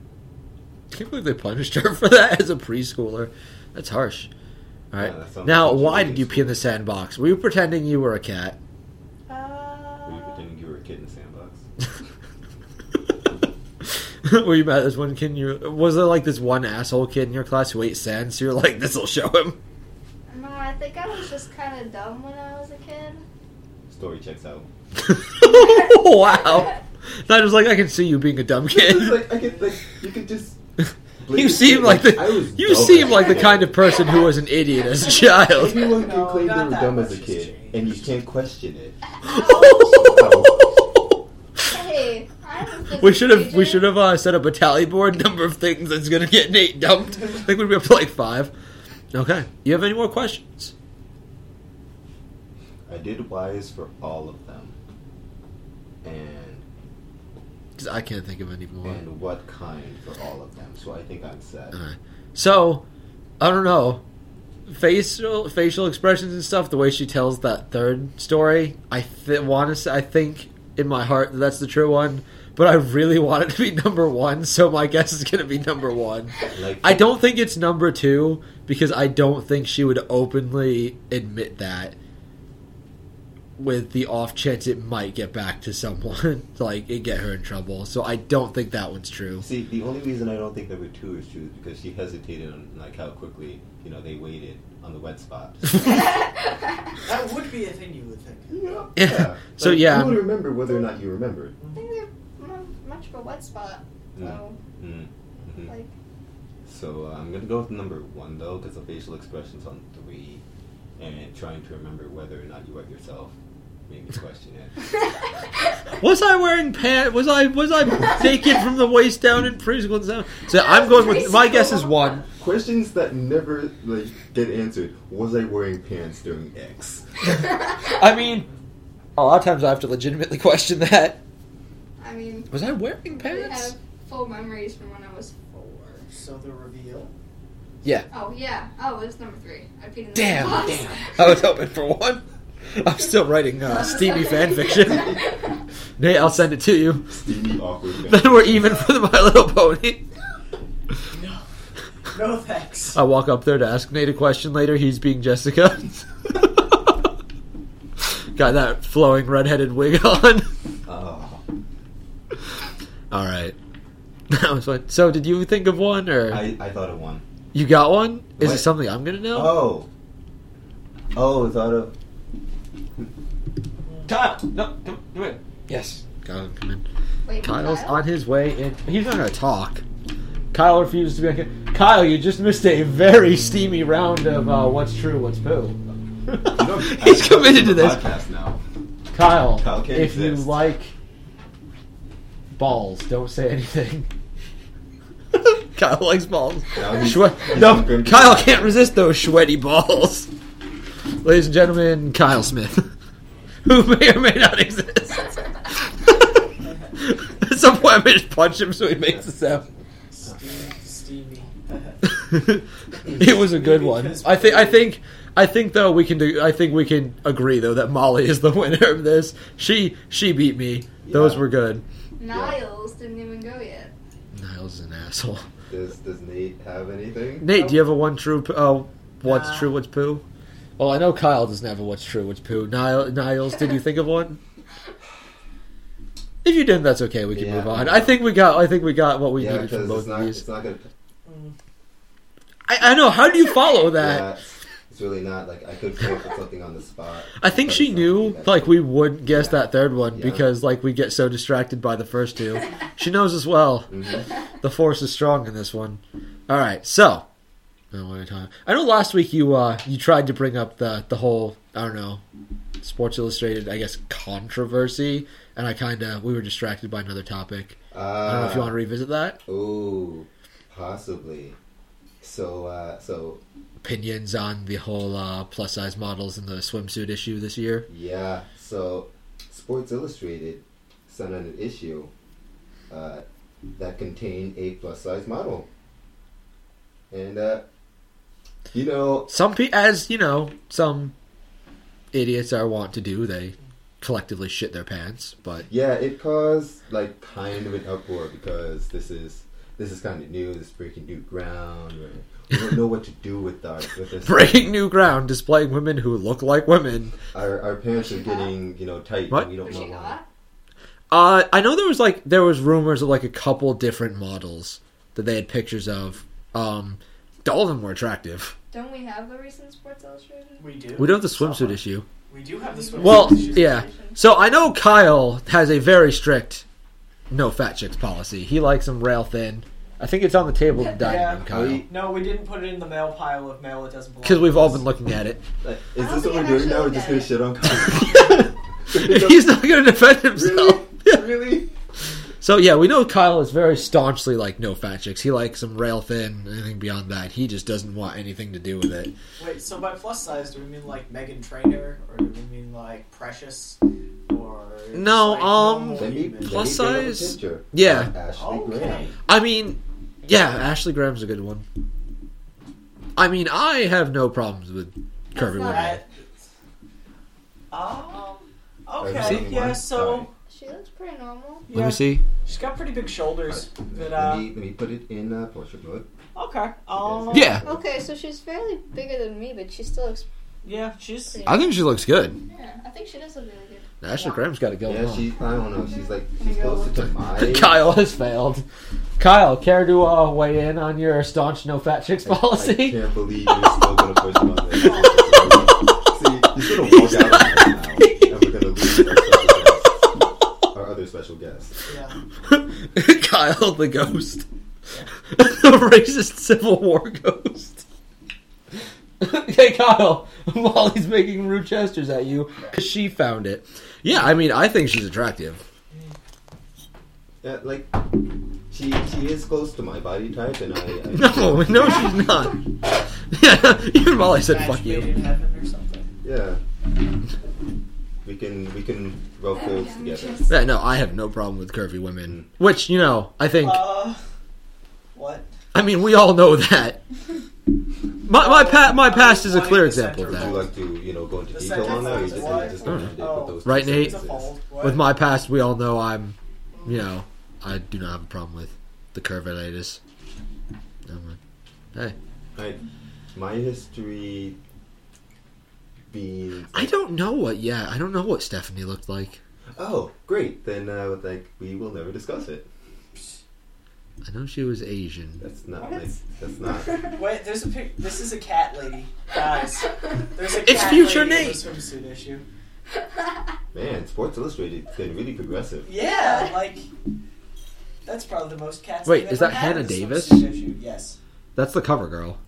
Speaker 1: I can't believe they punished her for that as a preschooler. That's harsh. All right.
Speaker 2: Yeah, that sounds
Speaker 1: now,
Speaker 2: like a
Speaker 1: why
Speaker 2: really
Speaker 1: did you
Speaker 2: good
Speaker 1: pee in the sandbox? Were you pretending you were a cat?
Speaker 2: Were you
Speaker 4: Uh,
Speaker 2: pretending you were a kid in the sandbox?
Speaker 1: were you mad at this one kid? in your was there like this one asshole kid in your class who ate sand? So you're like, this will show him.
Speaker 4: no, I think I was just kind of dumb when I was a kid.
Speaker 2: Story checks out.
Speaker 1: wow. Not just like I can see you being a dumb
Speaker 2: It's
Speaker 1: kid.
Speaker 2: like, I could, like, you could just.
Speaker 1: You seem like
Speaker 2: I was
Speaker 1: the you
Speaker 2: dumb
Speaker 1: seem
Speaker 2: as
Speaker 1: like
Speaker 2: a
Speaker 1: the
Speaker 2: kid.
Speaker 1: kind of person who was an idiot as a child.
Speaker 2: Everyone can
Speaker 3: No,
Speaker 2: claim they
Speaker 3: not
Speaker 2: were
Speaker 3: that
Speaker 2: dumb
Speaker 3: much
Speaker 2: as a
Speaker 3: has
Speaker 2: kid,
Speaker 3: changed.
Speaker 2: and you can't question it.
Speaker 4: Hey, I'm a
Speaker 1: We should have we
Speaker 4: physics
Speaker 1: should have uh, set up a tally board number of things that's gonna get Nate dumped. I think we'd be up to like five. Okay, you have any more questions?
Speaker 2: I did wise for all of them. And
Speaker 1: 'Cause I can't think of any more.
Speaker 2: and what kind for all of them. So I think I'm set.
Speaker 1: Alright. So, I don't know. Facial facial expressions and stuff. The way she tells that third story, I th- want to. Say, I think in my heart that that's the true one. But I really want it to be number one, so my guess is going to be number one.
Speaker 2: Like
Speaker 1: I don't think it's number two because I don't think she would openly admit that. With the off chance it might get back to someone, like it get her in trouble, so I don't think that one's true.
Speaker 2: see the only reason I don't think number two is true is because she hesitated on like how quickly you know they waited on the wet spot.
Speaker 3: That would be a thing you would think.
Speaker 2: yeah.
Speaker 1: So,
Speaker 2: Like,
Speaker 1: yeah.
Speaker 2: you would remember whether or not you remembered.
Speaker 4: I think they're not much of a wet spot. So,
Speaker 2: Mm.
Speaker 1: Mm-hmm.
Speaker 2: Mhm.
Speaker 4: like,
Speaker 2: So uh, I'm gonna go with number one though, because the facial expressions on three, and trying to remember whether or not you wet yourself made me question it.
Speaker 1: Was I wearing pants? Was I was I naked from the waist down in preschool? And stuff? So I'm going with my guess is one.
Speaker 2: Questions that never like get answered. Was I wearing pants during X?
Speaker 1: I mean, a lot of times I have to legitimately question that.
Speaker 4: I mean,
Speaker 1: Was I wearing
Speaker 4: I
Speaker 1: pants?
Speaker 4: have full memories from when I was four.
Speaker 3: So the reveal.
Speaker 1: Yeah,
Speaker 4: Oh yeah. Oh, it was number three. I peed in the
Speaker 1: Damn.
Speaker 4: box.
Speaker 3: Damn.
Speaker 1: I was hoping for one. I'm still writing uh, Stevie fan fiction. Nate, I'll send it to you.
Speaker 2: Steamy awkward.
Speaker 1: Then we're even for the My Little Pony.
Speaker 3: No. No thanks.
Speaker 1: I walk up there to ask Nate a question later. He's being Jessica. Got that flowing redheaded wig on.
Speaker 2: Oh,
Speaker 1: All right. That was fun. So, did you think of one, or
Speaker 2: I, I thought of one.
Speaker 1: you got one? Is it
Speaker 2: What?
Speaker 1: something I'm gonna know?
Speaker 2: Oh. Oh, I thought of.
Speaker 1: Kyle, no, come, come in. Yes, Kyle, come in.
Speaker 4: Wait,
Speaker 1: Kyle's
Speaker 4: Kyle?
Speaker 1: on his way in. He's not gonna talk. Kyle refuses to be. Kyle, you just missed a very steamy round of uh, what's true, what's poo. He's committed to this.
Speaker 2: Podcast now.
Speaker 1: Kyle,
Speaker 2: Kyle can't
Speaker 1: if you
Speaker 2: exist.
Speaker 1: like balls, don't say anything. Kyle likes balls.
Speaker 2: Now he's-
Speaker 1: Shwe-
Speaker 2: he's
Speaker 1: no,
Speaker 2: gonna be-
Speaker 1: Kyle can't resist those sweaty balls. Ladies and gentlemen, Kyle Smith, who may or may not exist. At some point, I'm going to punch him so he makes a sound.
Speaker 3: Steamy. steamy.
Speaker 1: it was a good one. I think. I think. I think though we can do. I think we can agree though that Molly is the winner of this. She she beat me. Those
Speaker 2: Yeah.
Speaker 1: were good.
Speaker 4: Niles didn't even go yet.
Speaker 1: Niles is an asshole.
Speaker 2: Does Does Nate have anything?
Speaker 1: Nate, do you have a one true? p- Uh, what's
Speaker 3: Nah.
Speaker 1: true? What's poo? Well, I know Kyle doesn't have a what's true? What's poo? Nile, Niles, did you think of one? If you didn't, that's okay. We can
Speaker 2: Yeah.
Speaker 1: move on. I think we got. I think we got what we
Speaker 2: yeah,
Speaker 1: needed from
Speaker 2: because
Speaker 1: both
Speaker 2: it's not.
Speaker 1: of these.
Speaker 2: It's not gonna.
Speaker 1: I, I know. How do you follow that?
Speaker 2: Yeah, it's really not like I could come up with something on the spot.
Speaker 1: I think
Speaker 2: but
Speaker 1: she
Speaker 2: it's not
Speaker 1: knew
Speaker 2: gonna be that
Speaker 1: like
Speaker 2: good.
Speaker 1: we would guess
Speaker 2: Yeah.
Speaker 1: that third one
Speaker 2: Yeah.
Speaker 1: because like we get so distracted by the first two. she knows as well.
Speaker 2: Mhm.
Speaker 1: The force is strong in this one. All right, so I don't want to talk- I know last week you uh you tried to bring up the the whole I don't know Sports Illustrated I guess controversy, and I kind of we were distracted by another topic. I don't know
Speaker 2: Uh.
Speaker 1: if you want to revisit that
Speaker 2: Oh, possibly. So, uh, so
Speaker 1: opinions on the whole uh, plus size models and the swimsuit issue this year.
Speaker 2: yeah. So, Sports Illustrated sent out an issue uh, that contained a plus size model, and uh, you know,
Speaker 1: some pe- as you know some idiots are wont to do they collectively shit their pants but
Speaker 2: yeah, it caused like kind of an uproar because this is this is kind of new. This is breaking new ground. Right? We don't know what to do with our with this.
Speaker 1: breaking new ground displaying women who look like women
Speaker 2: Our, our pants
Speaker 4: Was
Speaker 2: are
Speaker 4: she hot?
Speaker 2: getting you know tight.
Speaker 1: What?
Speaker 2: And we don't
Speaker 4: Was
Speaker 2: know
Speaker 4: she
Speaker 2: why.
Speaker 4: hot?
Speaker 1: uh i know there was like there was rumors of like a couple different models that they had pictures of um all of them were attractive
Speaker 4: Don't we have a recent Sports Illustrated?
Speaker 3: We do.
Speaker 1: we don't have the swimsuit
Speaker 3: Somehow.
Speaker 1: issue
Speaker 3: We do have the swimsuit
Speaker 1: well
Speaker 3: issue.
Speaker 1: yeah so i know kyle has a very strict no fat chicks policy he likes them rail thin i think it's on the table in the dining room
Speaker 3: Yeah.
Speaker 1: kyle
Speaker 3: No, we didn't put it in the mail pile of mail. It doesn't belong.
Speaker 1: because we've
Speaker 3: to
Speaker 1: all
Speaker 3: us.
Speaker 1: been looking at it
Speaker 2: Like,
Speaker 4: I
Speaker 2: is
Speaker 4: don't
Speaker 2: this what
Speaker 4: think
Speaker 2: we're
Speaker 4: I've
Speaker 2: doing
Speaker 4: actually
Speaker 2: now? We're
Speaker 4: looked
Speaker 2: just
Speaker 4: at
Speaker 2: gonna
Speaker 4: it.
Speaker 2: shit on Kanye.
Speaker 1: he's not going to defend himself
Speaker 2: really,
Speaker 1: Yeah.
Speaker 2: really.
Speaker 1: So yeah, we know Kyle is very staunchly like no fat chicks. He likes some rail thin. Anything beyond that, he just doesn't want anything to do with it.
Speaker 3: Wait, so by plus size, do we mean like Megan Trainor, or do we mean like Precious, or
Speaker 1: No,
Speaker 3: like,
Speaker 1: um,
Speaker 3: normal
Speaker 2: Let me,
Speaker 3: human?
Speaker 2: let me
Speaker 1: Plus
Speaker 2: bring up a
Speaker 1: size?
Speaker 2: picture.
Speaker 1: Yeah.
Speaker 2: Of Ashley
Speaker 3: Okay.
Speaker 2: Graham.
Speaker 1: I mean, yeah, Ashley Graham's a good one. I mean, I have no problems with curvy
Speaker 4: That's
Speaker 1: women.
Speaker 4: not
Speaker 3: That- Um. Okay.
Speaker 2: Everything
Speaker 3: Yeah.
Speaker 2: works
Speaker 3: So.
Speaker 2: fine.
Speaker 4: She looks pretty normal.
Speaker 1: Let
Speaker 3: Yeah,
Speaker 1: me see.
Speaker 3: she's got pretty big shoulders, but
Speaker 2: let,
Speaker 3: uh.
Speaker 2: me, let me put it in uh, portrait mode.
Speaker 3: Okay.
Speaker 2: You
Speaker 3: Um.
Speaker 2: guys-
Speaker 1: Yeah,
Speaker 4: Okay, so she's fairly bigger than me, but she still looks
Speaker 3: Yeah. She's.
Speaker 4: pretty.
Speaker 1: I think she looks good.
Speaker 4: yeah, I think she does look really good.
Speaker 1: Ashley Graham's got to go.
Speaker 2: Yeah, she. I don't know. She's like she's closer to my.
Speaker 1: Kyle has failed. Kyle, care to uh, weigh in on your staunch no fat chicks
Speaker 2: I- I
Speaker 1: policy?
Speaker 2: can't believe you're still gonna push him on this. See, you're gonna walk out of here now, and we're gonna lose our special guest, our other special guest.
Speaker 3: Yeah.
Speaker 1: Kyle the ghost. the racist Civil War ghost. hey, Kyle, Molly's making rude gestures at you because she found it. Yeah, I mean, I think she's attractive.
Speaker 2: Yeah, like she she is close to my body type, and I. I
Speaker 1: No, no, she's not. Yeah, even Molly said, fuck
Speaker 3: Match made
Speaker 1: you.
Speaker 3: in heaven or something.
Speaker 2: Yeah. We can we can roll curves together.
Speaker 1: Yeah, no, I have no problem with curvy women. Which, you know, I think,
Speaker 3: Uh. What?
Speaker 1: I mean, we all know that. My, my, pa- my past is a clear
Speaker 3: Wanting the
Speaker 1: example of
Speaker 3: center
Speaker 2: Would you
Speaker 1: that.
Speaker 2: like to you know go into
Speaker 3: The
Speaker 2: detail on that? Or you just, just
Speaker 3: sentence
Speaker 1: was-
Speaker 2: gonna end it
Speaker 3: Oh.
Speaker 2: with those
Speaker 1: Mm. Right,
Speaker 2: two
Speaker 1: Nate?
Speaker 3: It's a
Speaker 2: sentences?
Speaker 3: fold. What?
Speaker 1: With my past, we all know I'm, you know, I do not have a problem with the curvilitis. Never mind.
Speaker 2: Right. My history being
Speaker 1: I don't know what. Yeah, I don't know what Stephanie looked like.
Speaker 2: oh great then uh, like we will never discuss it.
Speaker 1: I know she was Asian.
Speaker 2: That's not
Speaker 4: What?
Speaker 2: like that's not.
Speaker 3: Wait, there's a pic. This is a cat lady, guys. There's a cat
Speaker 1: It's future
Speaker 3: lady in
Speaker 1: Nate.
Speaker 3: the swimsuit issue.
Speaker 2: Man, Sports Illustrated has been really progressive.
Speaker 3: Yeah, like that's probably the most cats.
Speaker 1: Wait,
Speaker 3: they've
Speaker 1: is that
Speaker 3: ever had
Speaker 1: Hannah
Speaker 3: in a
Speaker 1: Davis?
Speaker 3: swimsuit Issue. Yes.
Speaker 1: That's the cover girl.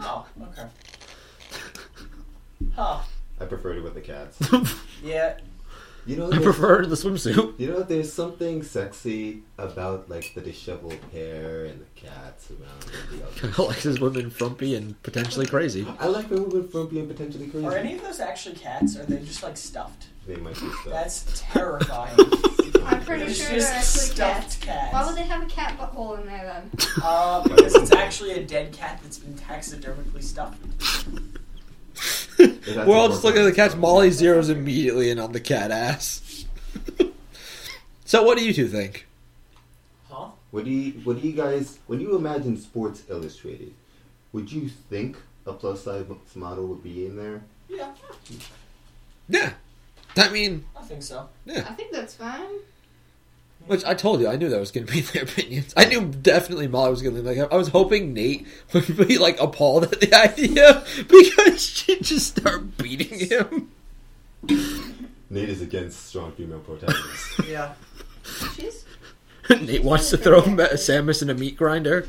Speaker 3: Oh, okay. Huh.
Speaker 2: I preferred it with the cats.
Speaker 1: I
Speaker 3: Yeah.
Speaker 2: You know, there's-
Speaker 1: prefer the swimsuit.
Speaker 2: You know, there's something sexy about like the disheveled hair and the cats around. And the other.
Speaker 1: Kyle likes his women frumpy and potentially crazy.
Speaker 2: I like the woman from being potentially crazy.
Speaker 3: Are any of those actually cats? Or are they just like stuffed?
Speaker 2: They might be stuff.
Speaker 3: That's terrifying.
Speaker 4: I'm pretty
Speaker 3: There's
Speaker 4: sure
Speaker 3: just
Speaker 4: they're actually cats.
Speaker 3: stuffed cats.
Speaker 4: Why would they have a cat butthole in there then?
Speaker 3: Uh, because it's actually a dead cat that's been taxidermically stuffed.
Speaker 1: We're all just looking at the cats. Molly zeroes immediately in on the cat ass. so, what do you two think?
Speaker 2: What do you What do you guys when you imagine Sports Illustrated? Would you think a plus size model would be in there?
Speaker 3: Yeah,
Speaker 1: Yeah. I mean,
Speaker 3: I think so.
Speaker 4: I think that's fine.
Speaker 1: which I told you, I knew that was going to be their opinions. I knew definitely Molly was going to like. I was hoping Nate would be like appalled at the idea because she just start beating him.
Speaker 2: Nate is against strong female protagonists.
Speaker 3: Yeah,
Speaker 4: She's
Speaker 1: Nate wants to throw him at Samus in a meat grinder.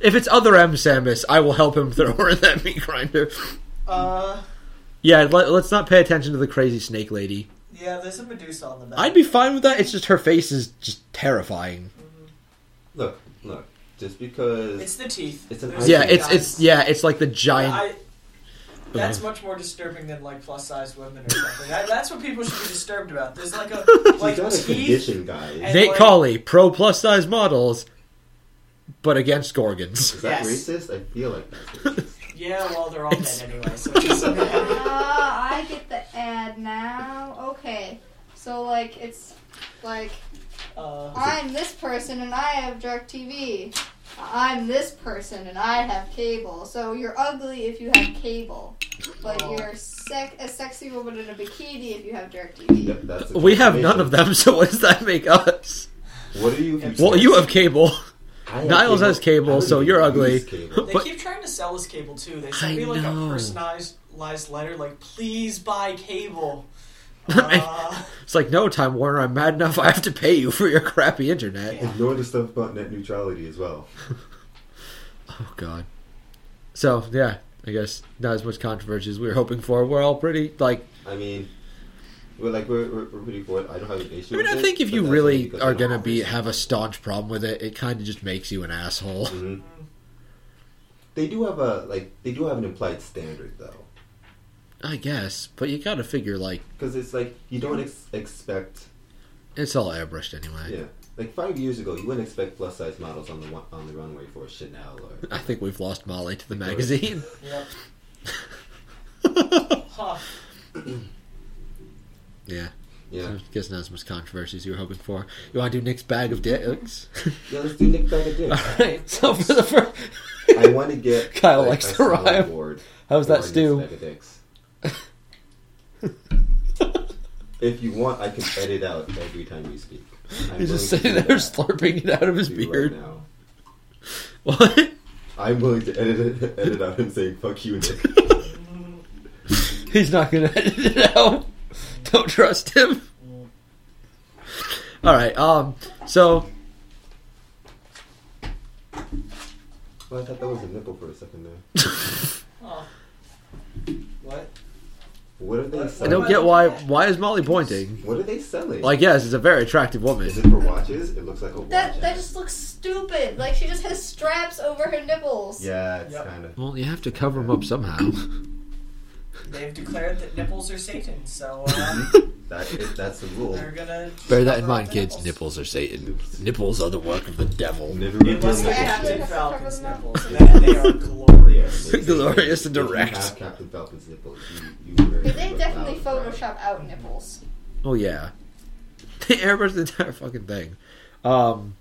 Speaker 1: If it's other M Samus, I will help him throw her in that meat grinder.
Speaker 3: uh,
Speaker 1: Yeah, let, let's not pay attention to the crazy snake lady.
Speaker 3: yeah. There's a Medusa on the back.
Speaker 1: I'd be fine with that. It's just her face is just terrifying.
Speaker 2: look, look. Just because
Speaker 3: It's the teeth.
Speaker 2: It's an
Speaker 3: There's
Speaker 2: eye
Speaker 1: Yeah,
Speaker 3: the
Speaker 1: it's it's
Speaker 3: eyes.
Speaker 1: yeah, it's like the giant.
Speaker 3: I, that's much more disturbing than like plus size women or something. I, that's what people should be disturbed about. There's like a like
Speaker 2: she's not a
Speaker 3: teeth.
Speaker 2: condition, guys.
Speaker 3: and-
Speaker 1: Nate
Speaker 3: like-
Speaker 1: Colley, pro plus size models, but against Gorgons.
Speaker 2: Is that
Speaker 3: Yes.
Speaker 2: racist? I feel like that's racist.
Speaker 3: Yeah, well, they're all dead anyway. So it doesn't matter.
Speaker 4: Ah, I get the ad now. Okay. So like it's like
Speaker 3: uh,
Speaker 4: I'm this person and I have DirecTV. I'm this person and I have cable. So you're ugly if you have cable, but
Speaker 3: Oh.
Speaker 4: you're sec- a sexy woman in a bikini if you have DirecTV.
Speaker 2: Yep, that's the
Speaker 1: We have
Speaker 2: definition.
Speaker 1: none of them, so what does that make us?
Speaker 2: What are you?
Speaker 1: Well, you have cable.
Speaker 2: I have
Speaker 1: Niles has cable,
Speaker 2: I don't
Speaker 1: so
Speaker 2: even
Speaker 1: you're
Speaker 2: use
Speaker 1: ugly.
Speaker 2: cable.
Speaker 3: they
Speaker 1: but-
Speaker 3: keep trying to sell us cable too. They
Speaker 1: I
Speaker 3: send me like
Speaker 1: know.
Speaker 3: a personalized letter, like please buy cable. Uh,
Speaker 1: It's like no time Warner. I'm mad enough. I have to pay you for your crappy internet.
Speaker 3: Yeah.
Speaker 2: Ignore the stuff about net neutrality as well.
Speaker 1: Oh God. So yeah, I guess not as much controversy as we were hoping for. We're all pretty like.
Speaker 2: I mean, we're like we're, we're, we're pretty bored. I don't have an issue.
Speaker 1: I mean,
Speaker 2: with
Speaker 1: I
Speaker 2: it,
Speaker 1: think if
Speaker 2: but
Speaker 1: you
Speaker 2: that's only
Speaker 1: really
Speaker 2: because
Speaker 1: are
Speaker 2: I'm
Speaker 1: gonna
Speaker 2: not
Speaker 1: be
Speaker 2: racist.
Speaker 1: have a staunch problem with it, it kind of just makes you an asshole.
Speaker 2: Mhm. They do have a like they do have an implied standard though,
Speaker 1: I guess, but you gotta figure like
Speaker 2: because it's like you don't ex- expect
Speaker 1: it's all airbrushed anyway.
Speaker 2: yeah. Like five years ago, you wouldn't expect plus size models on the wa- on the runway for Chanel or
Speaker 1: I think we've lost Molly to the magazine.
Speaker 3: yep. Huh.
Speaker 1: yeah.
Speaker 2: yeah.
Speaker 1: I guess not as much controversy as you were hoping for. You want to do Nick's bag of dicks?
Speaker 2: Yeah, let's do Nick Bag of
Speaker 1: All
Speaker 2: Dicks.
Speaker 1: right. So for the first,
Speaker 2: I want to get
Speaker 1: Kyle likes
Speaker 2: a
Speaker 1: to rhyme.
Speaker 2: soundboard
Speaker 1: how's
Speaker 2: for
Speaker 1: that
Speaker 2: Nick's
Speaker 1: stew?
Speaker 2: Bag of Dicks. If you want, I can edit out every time you speak. I'm
Speaker 1: He's just
Speaker 2: willing to
Speaker 1: sitting
Speaker 2: do
Speaker 1: there
Speaker 2: that
Speaker 1: slurping it out of his
Speaker 2: to you
Speaker 1: beard.
Speaker 2: Right now.
Speaker 1: What?
Speaker 2: I'm willing to edit it, edit out him saying "fuck you." Nick.
Speaker 1: He's not gonna edit it out. Don't trust him. All right. Um. So
Speaker 2: well, I thought that was a nipple for a second there.
Speaker 3: Huh. What?
Speaker 2: What are they
Speaker 3: I
Speaker 1: I
Speaker 2: selling?
Speaker 1: don't get why. Why is Molly pointing?
Speaker 2: What are they selling?
Speaker 1: Like, yes, it's a very attractive woman.
Speaker 2: is it for watches? It looks like a watch.
Speaker 4: That that
Speaker 2: ad.
Speaker 4: just looks stupid. Like she just has straps over her nipples.
Speaker 2: yeah, it's
Speaker 3: Yep.
Speaker 2: kind of.
Speaker 1: Well, you have to cover him up somehow.
Speaker 3: They've declared that nipples are Satan, so uh,
Speaker 2: That, it, that's the rule.
Speaker 3: they're gonna
Speaker 1: Bear that in
Speaker 3: cover
Speaker 1: mind,
Speaker 3: up
Speaker 1: kids.
Speaker 3: nipples.
Speaker 1: Nipples are Satan. Nipples are the work of the devil.
Speaker 2: Never mind.
Speaker 3: Unless they're
Speaker 4: Yeah.
Speaker 3: Captain
Speaker 4: Yeah.
Speaker 3: Falcon's
Speaker 4: Yeah.
Speaker 3: nipples, then they are glorious.
Speaker 1: Glorious and direct.
Speaker 2: If you have Captain Falcon's nipples. You, you were-
Speaker 4: But they
Speaker 2: were
Speaker 4: definitely
Speaker 2: loud and proud.
Speaker 4: Photoshop out nipples.
Speaker 1: Oh yeah, they airbrushed the entire fucking thing. Um,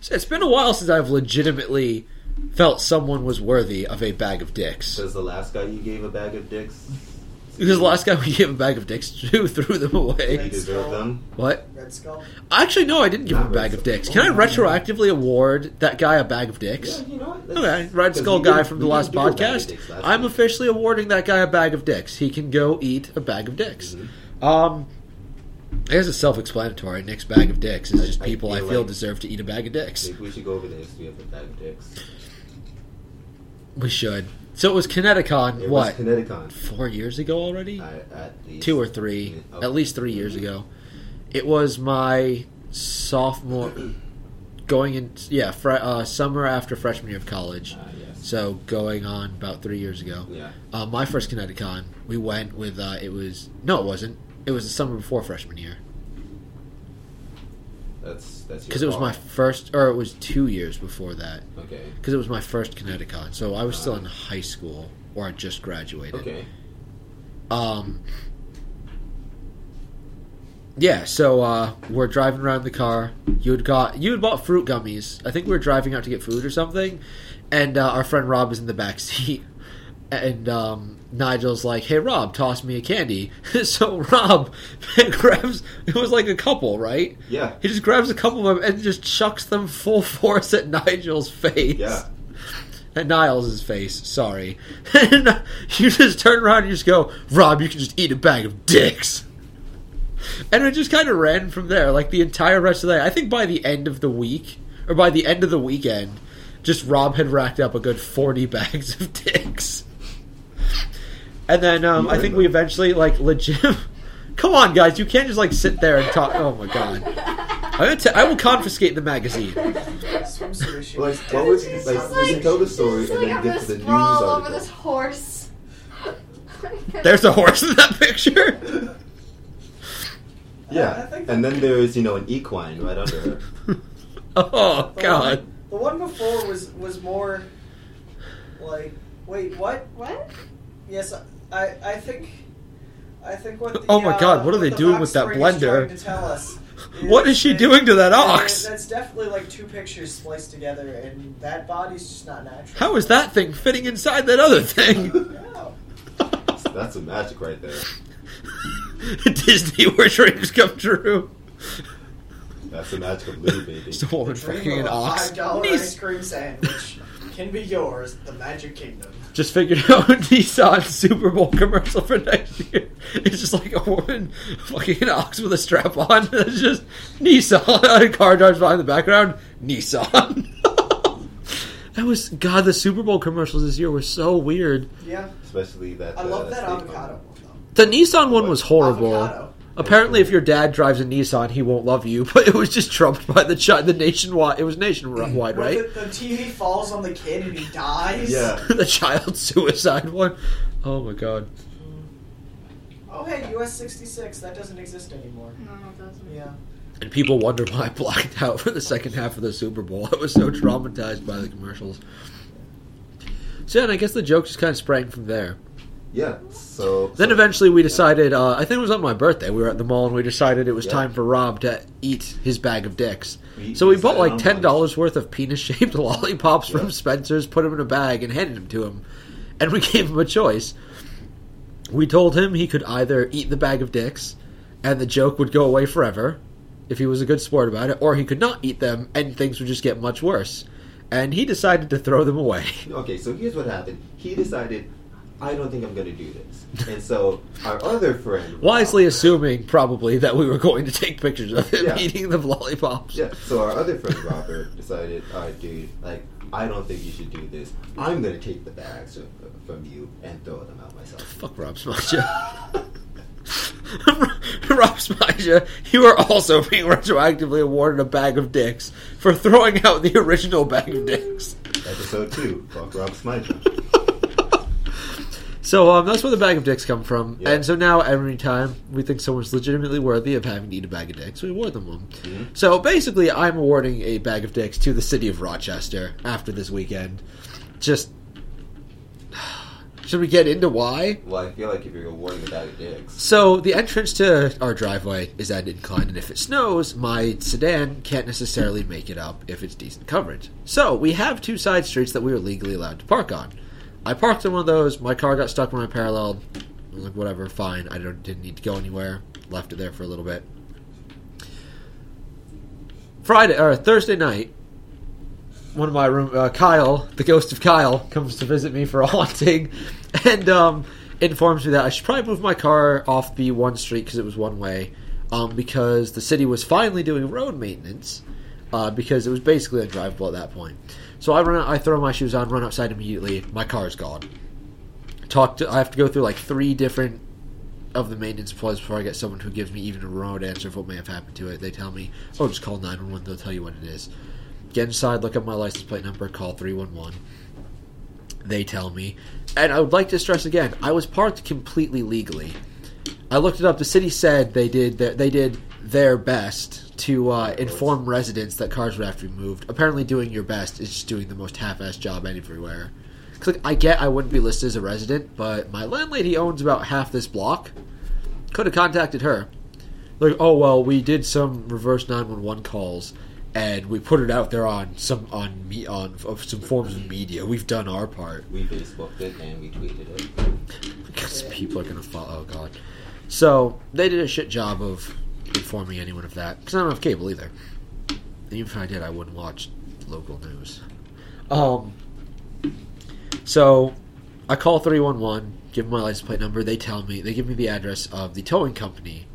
Speaker 1: so it's been a while since I've legitimately felt someone was worthy of a bag of dicks.
Speaker 2: Does the last guy you gave a bag of dicks?
Speaker 1: Because the last guy we gave a bag of dicks to threw them
Speaker 2: You
Speaker 1: away.
Speaker 2: deserve them.
Speaker 1: What?
Speaker 3: Red Skull.
Speaker 1: Actually, no, I didn't give him a bag of dicks. Can I retroactively award that guy a bag of
Speaker 2: Yeah,
Speaker 1: dicks?
Speaker 2: you know what?
Speaker 1: Okay,
Speaker 2: Let's-
Speaker 1: Red
Speaker 2: 'cause
Speaker 1: Skull
Speaker 2: we did-
Speaker 1: guy from the
Speaker 2: we did
Speaker 1: last
Speaker 2: do a bag of
Speaker 1: podcast.
Speaker 2: dicks last
Speaker 1: I'm
Speaker 2: week.
Speaker 1: officially awarding that guy a bag of dicks. He can go eat a bag of dicks.
Speaker 2: Mm-hmm.
Speaker 1: Um, I guess it's self-explanatory. Nick's bag of dicks is just
Speaker 2: I- I
Speaker 1: people I
Speaker 2: feel
Speaker 1: feel
Speaker 2: like-
Speaker 1: deserve to eat a bag of dicks.
Speaker 2: Maybe we should go over the history of the bag of dicks.
Speaker 1: We should. So it was Kineticon.
Speaker 2: It
Speaker 1: what?
Speaker 2: was Kineticon.
Speaker 1: four years ago already?
Speaker 2: I, at least
Speaker 1: Two or three?
Speaker 2: Yeah, okay. Mm-hmm.
Speaker 1: At least three years ago. It was my sophomore, going in yeah, fr- uh, summer after freshman year of college.
Speaker 2: Ah, yes.
Speaker 1: So going on about three years ago.
Speaker 2: Yeah.
Speaker 1: Uh, my first Kineticon, we went with uh, it was no, it wasn't. It was the summer before freshman year
Speaker 2: That's that's your
Speaker 1: because it was
Speaker 2: fault.
Speaker 1: my first, or it was two years before that
Speaker 2: Okay.
Speaker 1: because it was my first Kineticon. So I was still
Speaker 2: Ah.
Speaker 1: in high school or I just graduated.
Speaker 2: Okay.
Speaker 1: Um, yeah, so uh, we're driving around the car. You had got you had bought fruit gummies. I think we were driving out to get food or something, and uh, our friend Rob is in the back seat, and um, Nigel's like, "Hey, Rob, toss me a candy." so Rob grabs. It was like a couple, right?
Speaker 2: Yeah.
Speaker 1: He just grabs a couple of them and just chucks them full force at Nigel's face.
Speaker 2: Yeah.
Speaker 1: At Niles' face, sorry. and you just turn around and you just go, Rob, you can just eat a bag of dicks. And it just kind of ran from there, like the entire rest of the I think by the end of the week, or by the end of the weekend, just Rob had racked up a good 40 bags of dicks. And then um, I think we eventually, like, legit. Come on, guys, you can't just, like, sit there and talk. Oh my god. I'm gonna t- I will confiscate the magazine.
Speaker 3: Swimsuit issue.
Speaker 2: Like, what was
Speaker 4: It's
Speaker 2: like?
Speaker 4: just
Speaker 2: you can tell the
Speaker 4: it's
Speaker 2: story
Speaker 4: just
Speaker 2: and
Speaker 4: like
Speaker 2: then
Speaker 4: I'm
Speaker 2: get
Speaker 4: gonna
Speaker 2: to the news
Speaker 4: sprawl over
Speaker 2: article.
Speaker 4: this horse.
Speaker 1: There's a horse in that picture.
Speaker 3: I
Speaker 2: Yeah,
Speaker 3: think-
Speaker 2: and then there is you know an equine right under her.
Speaker 1: Oh god.
Speaker 3: The one before was was more like, wait, what?
Speaker 4: what?
Speaker 3: Yes, I I think I think what. The,
Speaker 1: Oh my
Speaker 3: uh,
Speaker 1: God, what are they
Speaker 3: the
Speaker 1: doing
Speaker 3: box
Speaker 1: with that
Speaker 3: spring is
Speaker 1: blender?
Speaker 3: trying To tell us
Speaker 1: What is she
Speaker 3: that-
Speaker 1: doing to that
Speaker 3: that-
Speaker 1: ox?
Speaker 3: That's definitely like two pictures spliced together, and that body's just not natural.
Speaker 1: How is that thing fitting inside that other thing?
Speaker 3: No.
Speaker 2: That's some magic right there.
Speaker 1: Disney where dreams come true.
Speaker 2: That's the magic of Little Baby.
Speaker 1: Just a woman
Speaker 3: The dream
Speaker 1: fucking
Speaker 3: of
Speaker 1: an
Speaker 3: a
Speaker 1: ox.
Speaker 3: Five dollar
Speaker 1: Nice.
Speaker 3: ice cream sandwich can be yours. The Magic Kingdom.
Speaker 1: Just figured out Nissan's Super Bowl commercial for next year. It's just like a woman fucking an ox with a strap on. It's just Nissan. A car drives by in the background. Nissan. that was God. The Super Bowl commercials this year were so weird.
Speaker 3: Yeah,
Speaker 2: Especially that.
Speaker 3: I
Speaker 2: uh,
Speaker 3: love that
Speaker 2: steak
Speaker 3: avocado
Speaker 2: one.
Speaker 3: one though.
Speaker 1: The Nissan one was horrible.
Speaker 3: Avocado.
Speaker 1: Apparently, if your dad drives a Nissan, he won't love you. But it was just trumped by the chi- the nationwide. It was nationwide,
Speaker 3: Where
Speaker 1: right?
Speaker 3: The, the TV falls on the kid and he dies.
Speaker 2: Yeah.
Speaker 1: the child suicide one. Oh my god.
Speaker 3: Oh hey, US sixty six. That doesn't exist anymore.
Speaker 4: No, it doesn't.
Speaker 3: Yeah.
Speaker 1: And people wonder why I blacked out for the second half of the Super Bowl. I was so traumatized by the commercials. So, yeah, and I guess the joke just kind of sprang from there.
Speaker 2: Yeah. So
Speaker 1: Then
Speaker 2: so-
Speaker 1: eventually we decided, uh, I think it was on my birthday, we were at the mall and we decided it was
Speaker 2: Yeah.
Speaker 1: time for Rob to eat his bag of dicks.
Speaker 2: We-
Speaker 1: so we
Speaker 2: we
Speaker 1: bought
Speaker 2: decided
Speaker 1: like
Speaker 2: on
Speaker 1: $10 worth of penis shaped lollipops from
Speaker 2: Yeah.
Speaker 1: Spencer's, put them in a bag, and handed them to him. And we gave him a choice. We told him he could either eat the bag of dicks and the joke would go away forever if he was a good sport about it, or he could not eat them and things would just get much worse. And he decided to throw them away.
Speaker 2: Okay, so here's what happened. He decided, I don't think I'm going to do this, and so our other friend
Speaker 1: Wisely assuming, probably, that we were going to take pictures of him
Speaker 2: Yeah.
Speaker 1: eating the lollipops.
Speaker 2: Yeah, so our other friend Robert decided, all right, dude, like, I don't think you should do this. I'm gonna take the bags from, from you and throw them out myself.
Speaker 1: Fuck Rob Smasher. Rob Smasher, you are also being retroactively awarded a bag of dicks for throwing out the original bag of dicks.
Speaker 2: Episode 2, Fuck Rob Smiger.
Speaker 1: So um, that's where the bag of dicks come from.
Speaker 2: Yeah.
Speaker 1: And so now every time we think someone's legitimately worthy of having to eat a bag of dicks, we award them one.
Speaker 2: Mhm.
Speaker 1: So basically, I'm awarding a bag of dicks to the city of Rochester after this weekend. Just. Should we get into why?
Speaker 2: Well, I feel like if you're awarding a bag of dicks,
Speaker 1: So the entrance to our driveway is at an incline, and if it snows, my sedan can't necessarily make it up if it's decent coverage. So we have two side streets that we are legally allowed to park on. I parked on one of those. My car got stuck when I paralleled. I was like, whatever, fine. I don't, didn't need to go anywhere. Left it there for a little bit. Friday or Thursday night, one of my room, uh, Kyle, the ghost of Kyle, comes to visit me for a haunting, and um, informs me that I should probably move my car off the one street because it was one way, um, because the city was finally doing road maintenance, uh, because it was basically undrivable at that point. So I run, out, I throw my shoes on, run outside immediately. My car's gone. Talk to, I have to go through like three different of the maintenance employees before I get someone who gives me even a remote answer of what may have happened to it. They tell me, "Oh, just call nine one one. They'll tell you what it is." Get inside, look up my license plate number, call 311. They tell me. And I would like to stress again, I was parked completely legally. I looked it up. The city said they did their, they did their best to uh, inform residents that cars would have to be moved. Apparently, doing your best is just doing the most half-assed job everywhere. 'Cause, like, I get I wouldn't be listed as a resident, but my landlady owns about half this block. Could have contacted her. like, oh well, we did some reverse nine one one calls, and we put it out there on some on me on of some forms of media. We've done our part.
Speaker 2: We Facebooked it and we tweeted it.
Speaker 1: Because people are gonna follow. Oh god. So they did a shit job of informing anyone of that. Because I don't have cable either. Even if I did, I wouldn't watch local news. Um. So I call three one one, give them my license plate number. They tell me they give me the address of the towing company,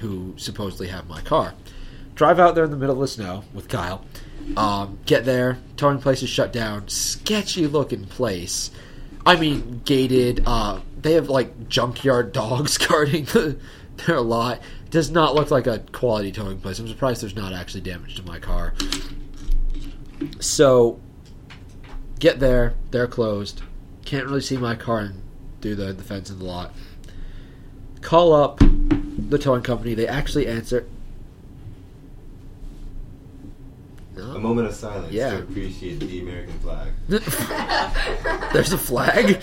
Speaker 1: who supposedly have my car. Drive out there in the middle of the snow with Kyle. Um, get there, towing place is shut down. Sketchy looking place. I mean, gated. Uh, they have like junkyard dogs guarding the, their lot. Does not look like a quality towing place. I'm surprised there's not actually damage to my car. So, get there. They're closed. Can't really see my car and through the, the fence in the lot. Call up the towing company. They actually answer.
Speaker 2: A
Speaker 1: No.
Speaker 2: moment of silence
Speaker 1: Yeah.
Speaker 2: to appreciate the American flag.
Speaker 1: There's a flag.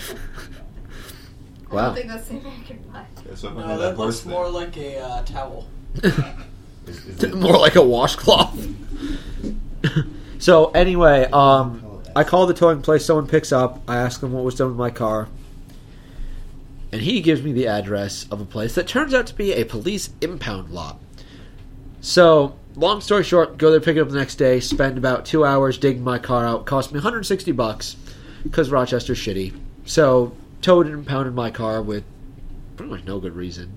Speaker 4: I
Speaker 1: wow.
Speaker 4: don't think that's the American flag.
Speaker 2: That's what
Speaker 3: No, that looks more like a uh, towel.
Speaker 2: Is, is it-
Speaker 1: More like a washcloth. so anyway, um, I call the towing place. Someone picks up. I ask them what was done with my car, and he gives me the address of a place that turns out to be a police impound lot. So long story short, go there, pick it up the next day. Spend about two hours digging my car out. Cost me 160 bucks because Rochester's shitty. So towed and impounded my car with pretty much no good reason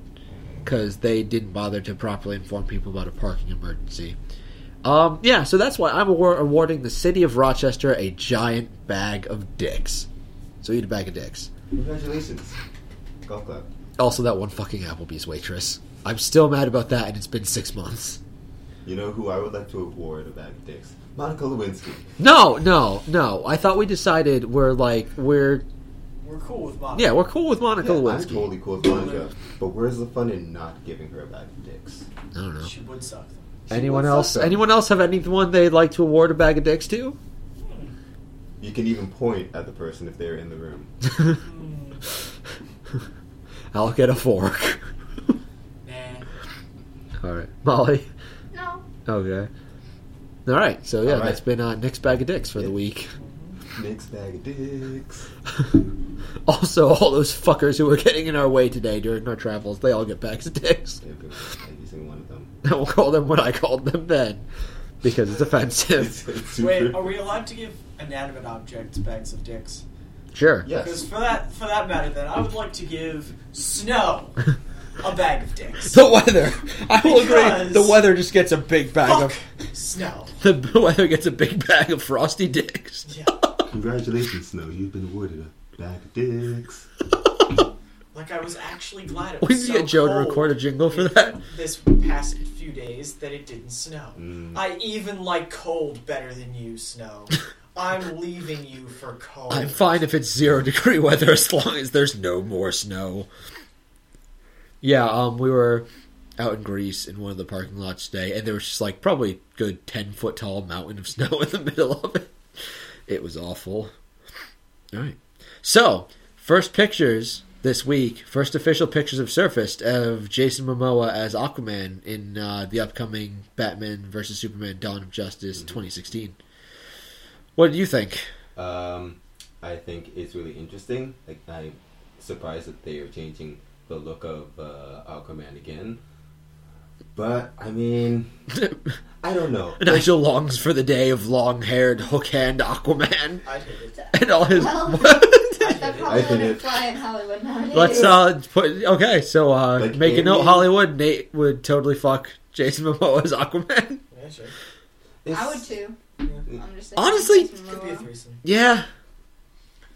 Speaker 1: because they didn't bother to properly inform people about a parking emergency. Um, yeah, so that's why I'm awar- awarding the city of Rochester a giant bag of dicks. So eat a bag of dicks.
Speaker 2: Congratulations. Golf club.
Speaker 1: Also, that one fucking Applebee's waitress. I'm still mad about that, and it's been six months.
Speaker 2: You know who I would like to award a bag of dicks? Monica Lewinsky.
Speaker 1: No, no, no. I thought we decided we're like we're
Speaker 3: We're cool with mine.
Speaker 1: yeah we're cool with Monica
Speaker 2: Yeah, I'm
Speaker 1: Lewinsky.
Speaker 2: totally cool with Monica, but where's the fun in not giving her a bag of dicks?
Speaker 1: I don't know.
Speaker 3: She would suck. them.
Speaker 2: She
Speaker 1: Anyone
Speaker 2: would suck
Speaker 1: else?
Speaker 2: them.
Speaker 1: Anyone else have anyone they'd like to award a bag of dicks to?
Speaker 2: You can even point at the person if they're in the room.
Speaker 1: I'll get a fork.
Speaker 3: Nah.
Speaker 1: All right, Molly.
Speaker 4: No.
Speaker 1: Okay. All right. So yeah,
Speaker 2: All right.
Speaker 1: that's been uh, Nick's bag of dicks for the week.
Speaker 2: Nick's bag of dicks.
Speaker 1: also, all those fuckers who were getting in our way today during our travels, they all get bags of dicks.
Speaker 2: Every, every single one of them.
Speaker 1: I will call them what I called them then, because it's offensive.
Speaker 2: It's, it's super.
Speaker 3: Wait, are we allowed to give inanimate objects bags of dicks?
Speaker 1: Sure.
Speaker 3: Because
Speaker 2: Yes.
Speaker 3: for that for that matter, then I would like to give snow a bag of dicks.
Speaker 1: The weather. I will agree.
Speaker 3: Because-
Speaker 1: The weather just gets a big bag
Speaker 3: Fuck
Speaker 1: of.
Speaker 3: snow.
Speaker 1: The weather gets a big bag of frosty dicks.
Speaker 3: Yeah,
Speaker 2: Congratulations, Snow. You've been awarded a bag of dicks.
Speaker 3: like I was actually glad it
Speaker 1: We
Speaker 3: was
Speaker 1: need to
Speaker 3: so
Speaker 1: get Joe to
Speaker 3: cold
Speaker 1: record a jingle for that.
Speaker 3: This past few days that it didn't snow.
Speaker 2: Mm.
Speaker 3: I even like cold better than you, snow. I'm leaving you for cold.
Speaker 1: I'm fine if it's zero degree weather as long as there's no more snow. Yeah, um, we were out in Greece in one of the parking lots today, and there was just like probably a good ten foot tall mountain of snow in the middle of it. It was awful. All right, so first pictures this week, first official pictures have surfaced of Jason Momoa as Aquaman in uh, the upcoming Batman versus Superman: Dawn of Justice 2016. What do you think?
Speaker 2: Um, I think it's really interesting. Like, I'm surprised that they are changing the look of uh, Aquaman again. But I mean, I don't know.
Speaker 1: Nigel longs for the day of long-haired, hook-hand Aquaman
Speaker 3: I hate it.
Speaker 1: and all his.
Speaker 4: Well, that probably
Speaker 2: I think
Speaker 4: wouldn't
Speaker 2: it-
Speaker 4: fly in Hollywood nowadays.
Speaker 1: Let's uh put okay. So uh,
Speaker 2: Like
Speaker 1: make a note,
Speaker 2: Amy-
Speaker 1: Hollywood. Nate would totally fuck Jason Momoa as Aquaman.
Speaker 3: Yeah, sure.
Speaker 4: I
Speaker 2: It's-
Speaker 4: would too.
Speaker 2: Yeah.
Speaker 4: I'm just saying.
Speaker 1: Honestly-
Speaker 4: Jason
Speaker 3: Could be a
Speaker 4: Momoa.
Speaker 3: threesome.
Speaker 1: Yeah,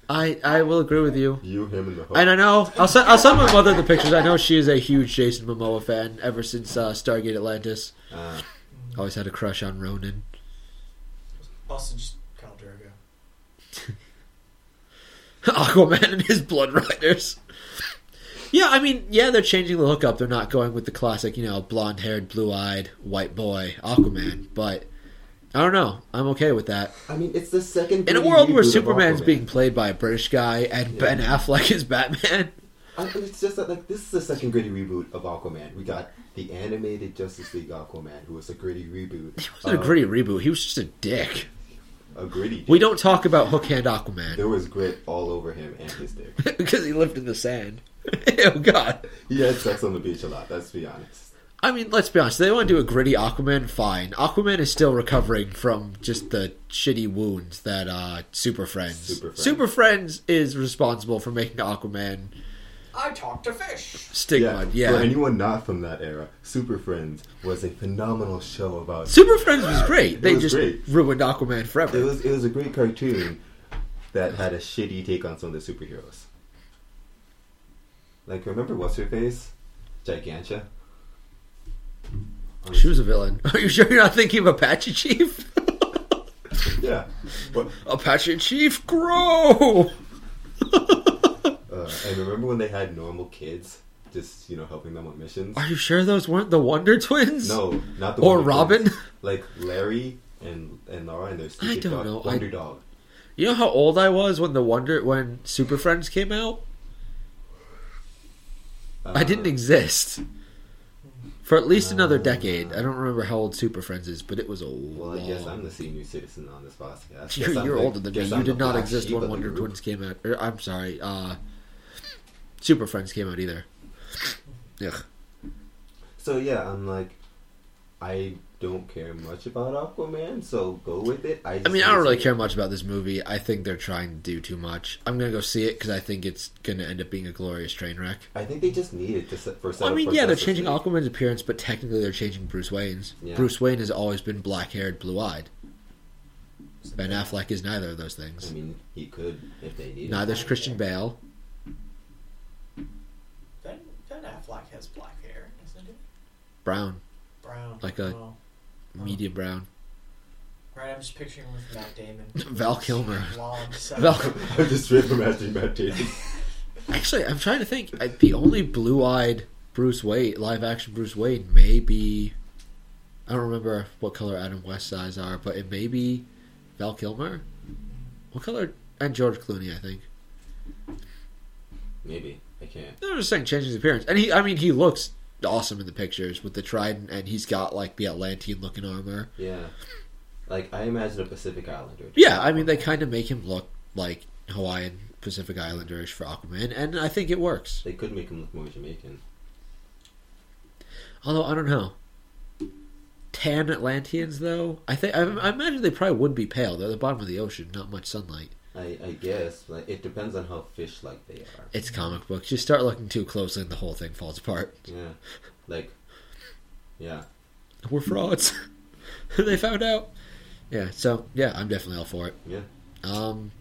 Speaker 1: I I will agree with you.
Speaker 2: You, him, and the Hulk.
Speaker 1: And I know I'll send I'll send my mother the pictures. I know she is a huge Jason Momoa fan ever since uh, Stargate Atlantis.
Speaker 2: Uh,
Speaker 1: Always had a crush on Ronan.
Speaker 3: Also, just Kyle Durgo.
Speaker 1: Aquaman and his Blood Riders. Yeah, I mean, yeah, they're changing the look up. They're not going with the classic, you know, blonde haired, blue eyed, white boy Aquaman. But I don't know. I'm okay with that.
Speaker 2: I mean, it's the second.
Speaker 1: In a
Speaker 2: movie
Speaker 1: world where
Speaker 2: reboot of
Speaker 1: Superman's
Speaker 2: Aquaman.
Speaker 1: being played by a British guy and
Speaker 2: Yeah.
Speaker 1: Ben Affleck is Batman,
Speaker 2: I, it's just that like this is the second gritty reboot of Aquaman. We got the animated Justice League Aquaman, who was a gritty reboot.
Speaker 1: He wasn't
Speaker 2: of
Speaker 1: a gritty reboot. He was just a dick.
Speaker 2: A gritty.
Speaker 1: We don't talk about Hook Hand Aquaman
Speaker 2: There was grit all over him and his dick.
Speaker 1: because he lived in the sand. oh God.
Speaker 2: He had sex on the beach a lot. Let's be honest.
Speaker 1: I mean, let's be honest. They want to do a gritty Aquaman. Fine. Aquaman is still recovering from just the shitty wounds that uh, Super Friends.
Speaker 2: Super Friends.
Speaker 1: Super Friends is responsible for making Aquaman
Speaker 3: I talk to fish.
Speaker 1: stigma. Yeah.
Speaker 2: For anyone not from that era, Super Friends was a phenomenal show about.
Speaker 1: Super Friends was great.
Speaker 2: It
Speaker 1: They
Speaker 2: was
Speaker 1: just
Speaker 2: great.
Speaker 1: ruined Aquaman forever.
Speaker 2: It was it was a great cartoon that had a shitty take on some of the superheroes. Like remember what's her face, Gigantia.
Speaker 1: she was a villain. Are you sure you're not thinking of Apache Chief?
Speaker 2: yeah. What,
Speaker 1: Apache Chief, grow.
Speaker 2: uh, and remember when they had normal kids just you know helping them on missions?
Speaker 1: Are you sure those weren't the Wonder Twins?
Speaker 2: No, not the
Speaker 1: Or
Speaker 2: Wonder
Speaker 1: Robin?
Speaker 2: Twins. Like Larry and and Laura and their stupid
Speaker 1: don't
Speaker 2: dog,
Speaker 1: know. I-
Speaker 2: Wonder Dog.
Speaker 1: You know how old I was when the Wonder when Super Friends came out? I didn't
Speaker 2: Uh,
Speaker 1: exist. For at least another decade. I don't remember how old Super Friends is, but it was a
Speaker 2: Well,
Speaker 1: long...
Speaker 2: I guess I'm the senior citizen on this podcast. Guess
Speaker 1: You're,
Speaker 2: I'm
Speaker 1: you're
Speaker 2: the-
Speaker 1: older than me.
Speaker 2: guess
Speaker 1: You
Speaker 2: I'm
Speaker 1: did
Speaker 2: the
Speaker 1: not
Speaker 2: black
Speaker 1: exist
Speaker 2: sheep
Speaker 1: when
Speaker 2: of the
Speaker 1: Wonder
Speaker 2: group.
Speaker 1: Twins came out. Or, I'm sorry. Uh, Super Friends came out either. Ugh.
Speaker 2: So yeah, I'm like, I don't care much about Aquaman, so go with it. I,
Speaker 1: I
Speaker 2: just
Speaker 1: mean, I don't really
Speaker 2: think-
Speaker 1: care much about this movie. I think they're trying to do too much. I'm gonna go see it because I think it's gonna end up being a glorious train wreck.
Speaker 2: I think they just need it to set for.
Speaker 1: Well,
Speaker 2: setup
Speaker 1: I mean,
Speaker 2: for
Speaker 1: yeah, they're
Speaker 2: Justice
Speaker 1: changing
Speaker 2: League.
Speaker 1: Aquaman's appearance, but technically they're changing Bruce Wayne's.
Speaker 2: Yeah.
Speaker 1: Bruce Wayne has always been black-haired, blue-eyed. Ben Affleck is neither of those
Speaker 2: I
Speaker 1: things.
Speaker 2: mean, he could if they need.
Speaker 1: Neither's Christian Bale.
Speaker 3: Ben, ben Affleck has black hair, isn't it?
Speaker 1: Brown,
Speaker 3: Brown.
Speaker 1: Like a-
Speaker 3: Oh.
Speaker 1: medium brown.
Speaker 3: Right, I'm just picturing him with Matt Damon.
Speaker 1: Val Kilmer.
Speaker 3: Blonde, so-
Speaker 1: Val-
Speaker 2: It. I'm just straight from Ashley Matt Damon.
Speaker 1: Actually, I'm trying to think. I- The only blue-eyed Bruce Wayne, live-action Bruce Wayne, may be. I don't remember what color Adam West's eyes are, but it may be Val Kilmer. What color? And George Clooney, I think.
Speaker 2: Maybe I can't.
Speaker 1: No, I'm just saying, changing his appearance. And he, I mean, he looks awesome in the pictures with the trident, and he's got like the Atlantean-looking armor.
Speaker 2: Yeah, like I imagine a Pacific Islander.
Speaker 1: Yeah, I mean, they kind of make him look like Hawaiian Pacific Islanderish for Aquaman, and I think it works.
Speaker 2: They could make him look more Jamaican.
Speaker 1: Although I don't know. Tan Atlanteans, though, I think I, I imagine they probably would be pale. They're at the bottom of the ocean, not much sunlight.
Speaker 2: I, I guess like it depends on how fish-like they are.
Speaker 1: It's comic books. You start looking too closely, and the whole thing falls apart.
Speaker 2: Yeah, like yeah.
Speaker 1: We're frauds. they found out. Yeah. So yeah, I'm definitely all for it.
Speaker 2: Yeah.
Speaker 1: Um,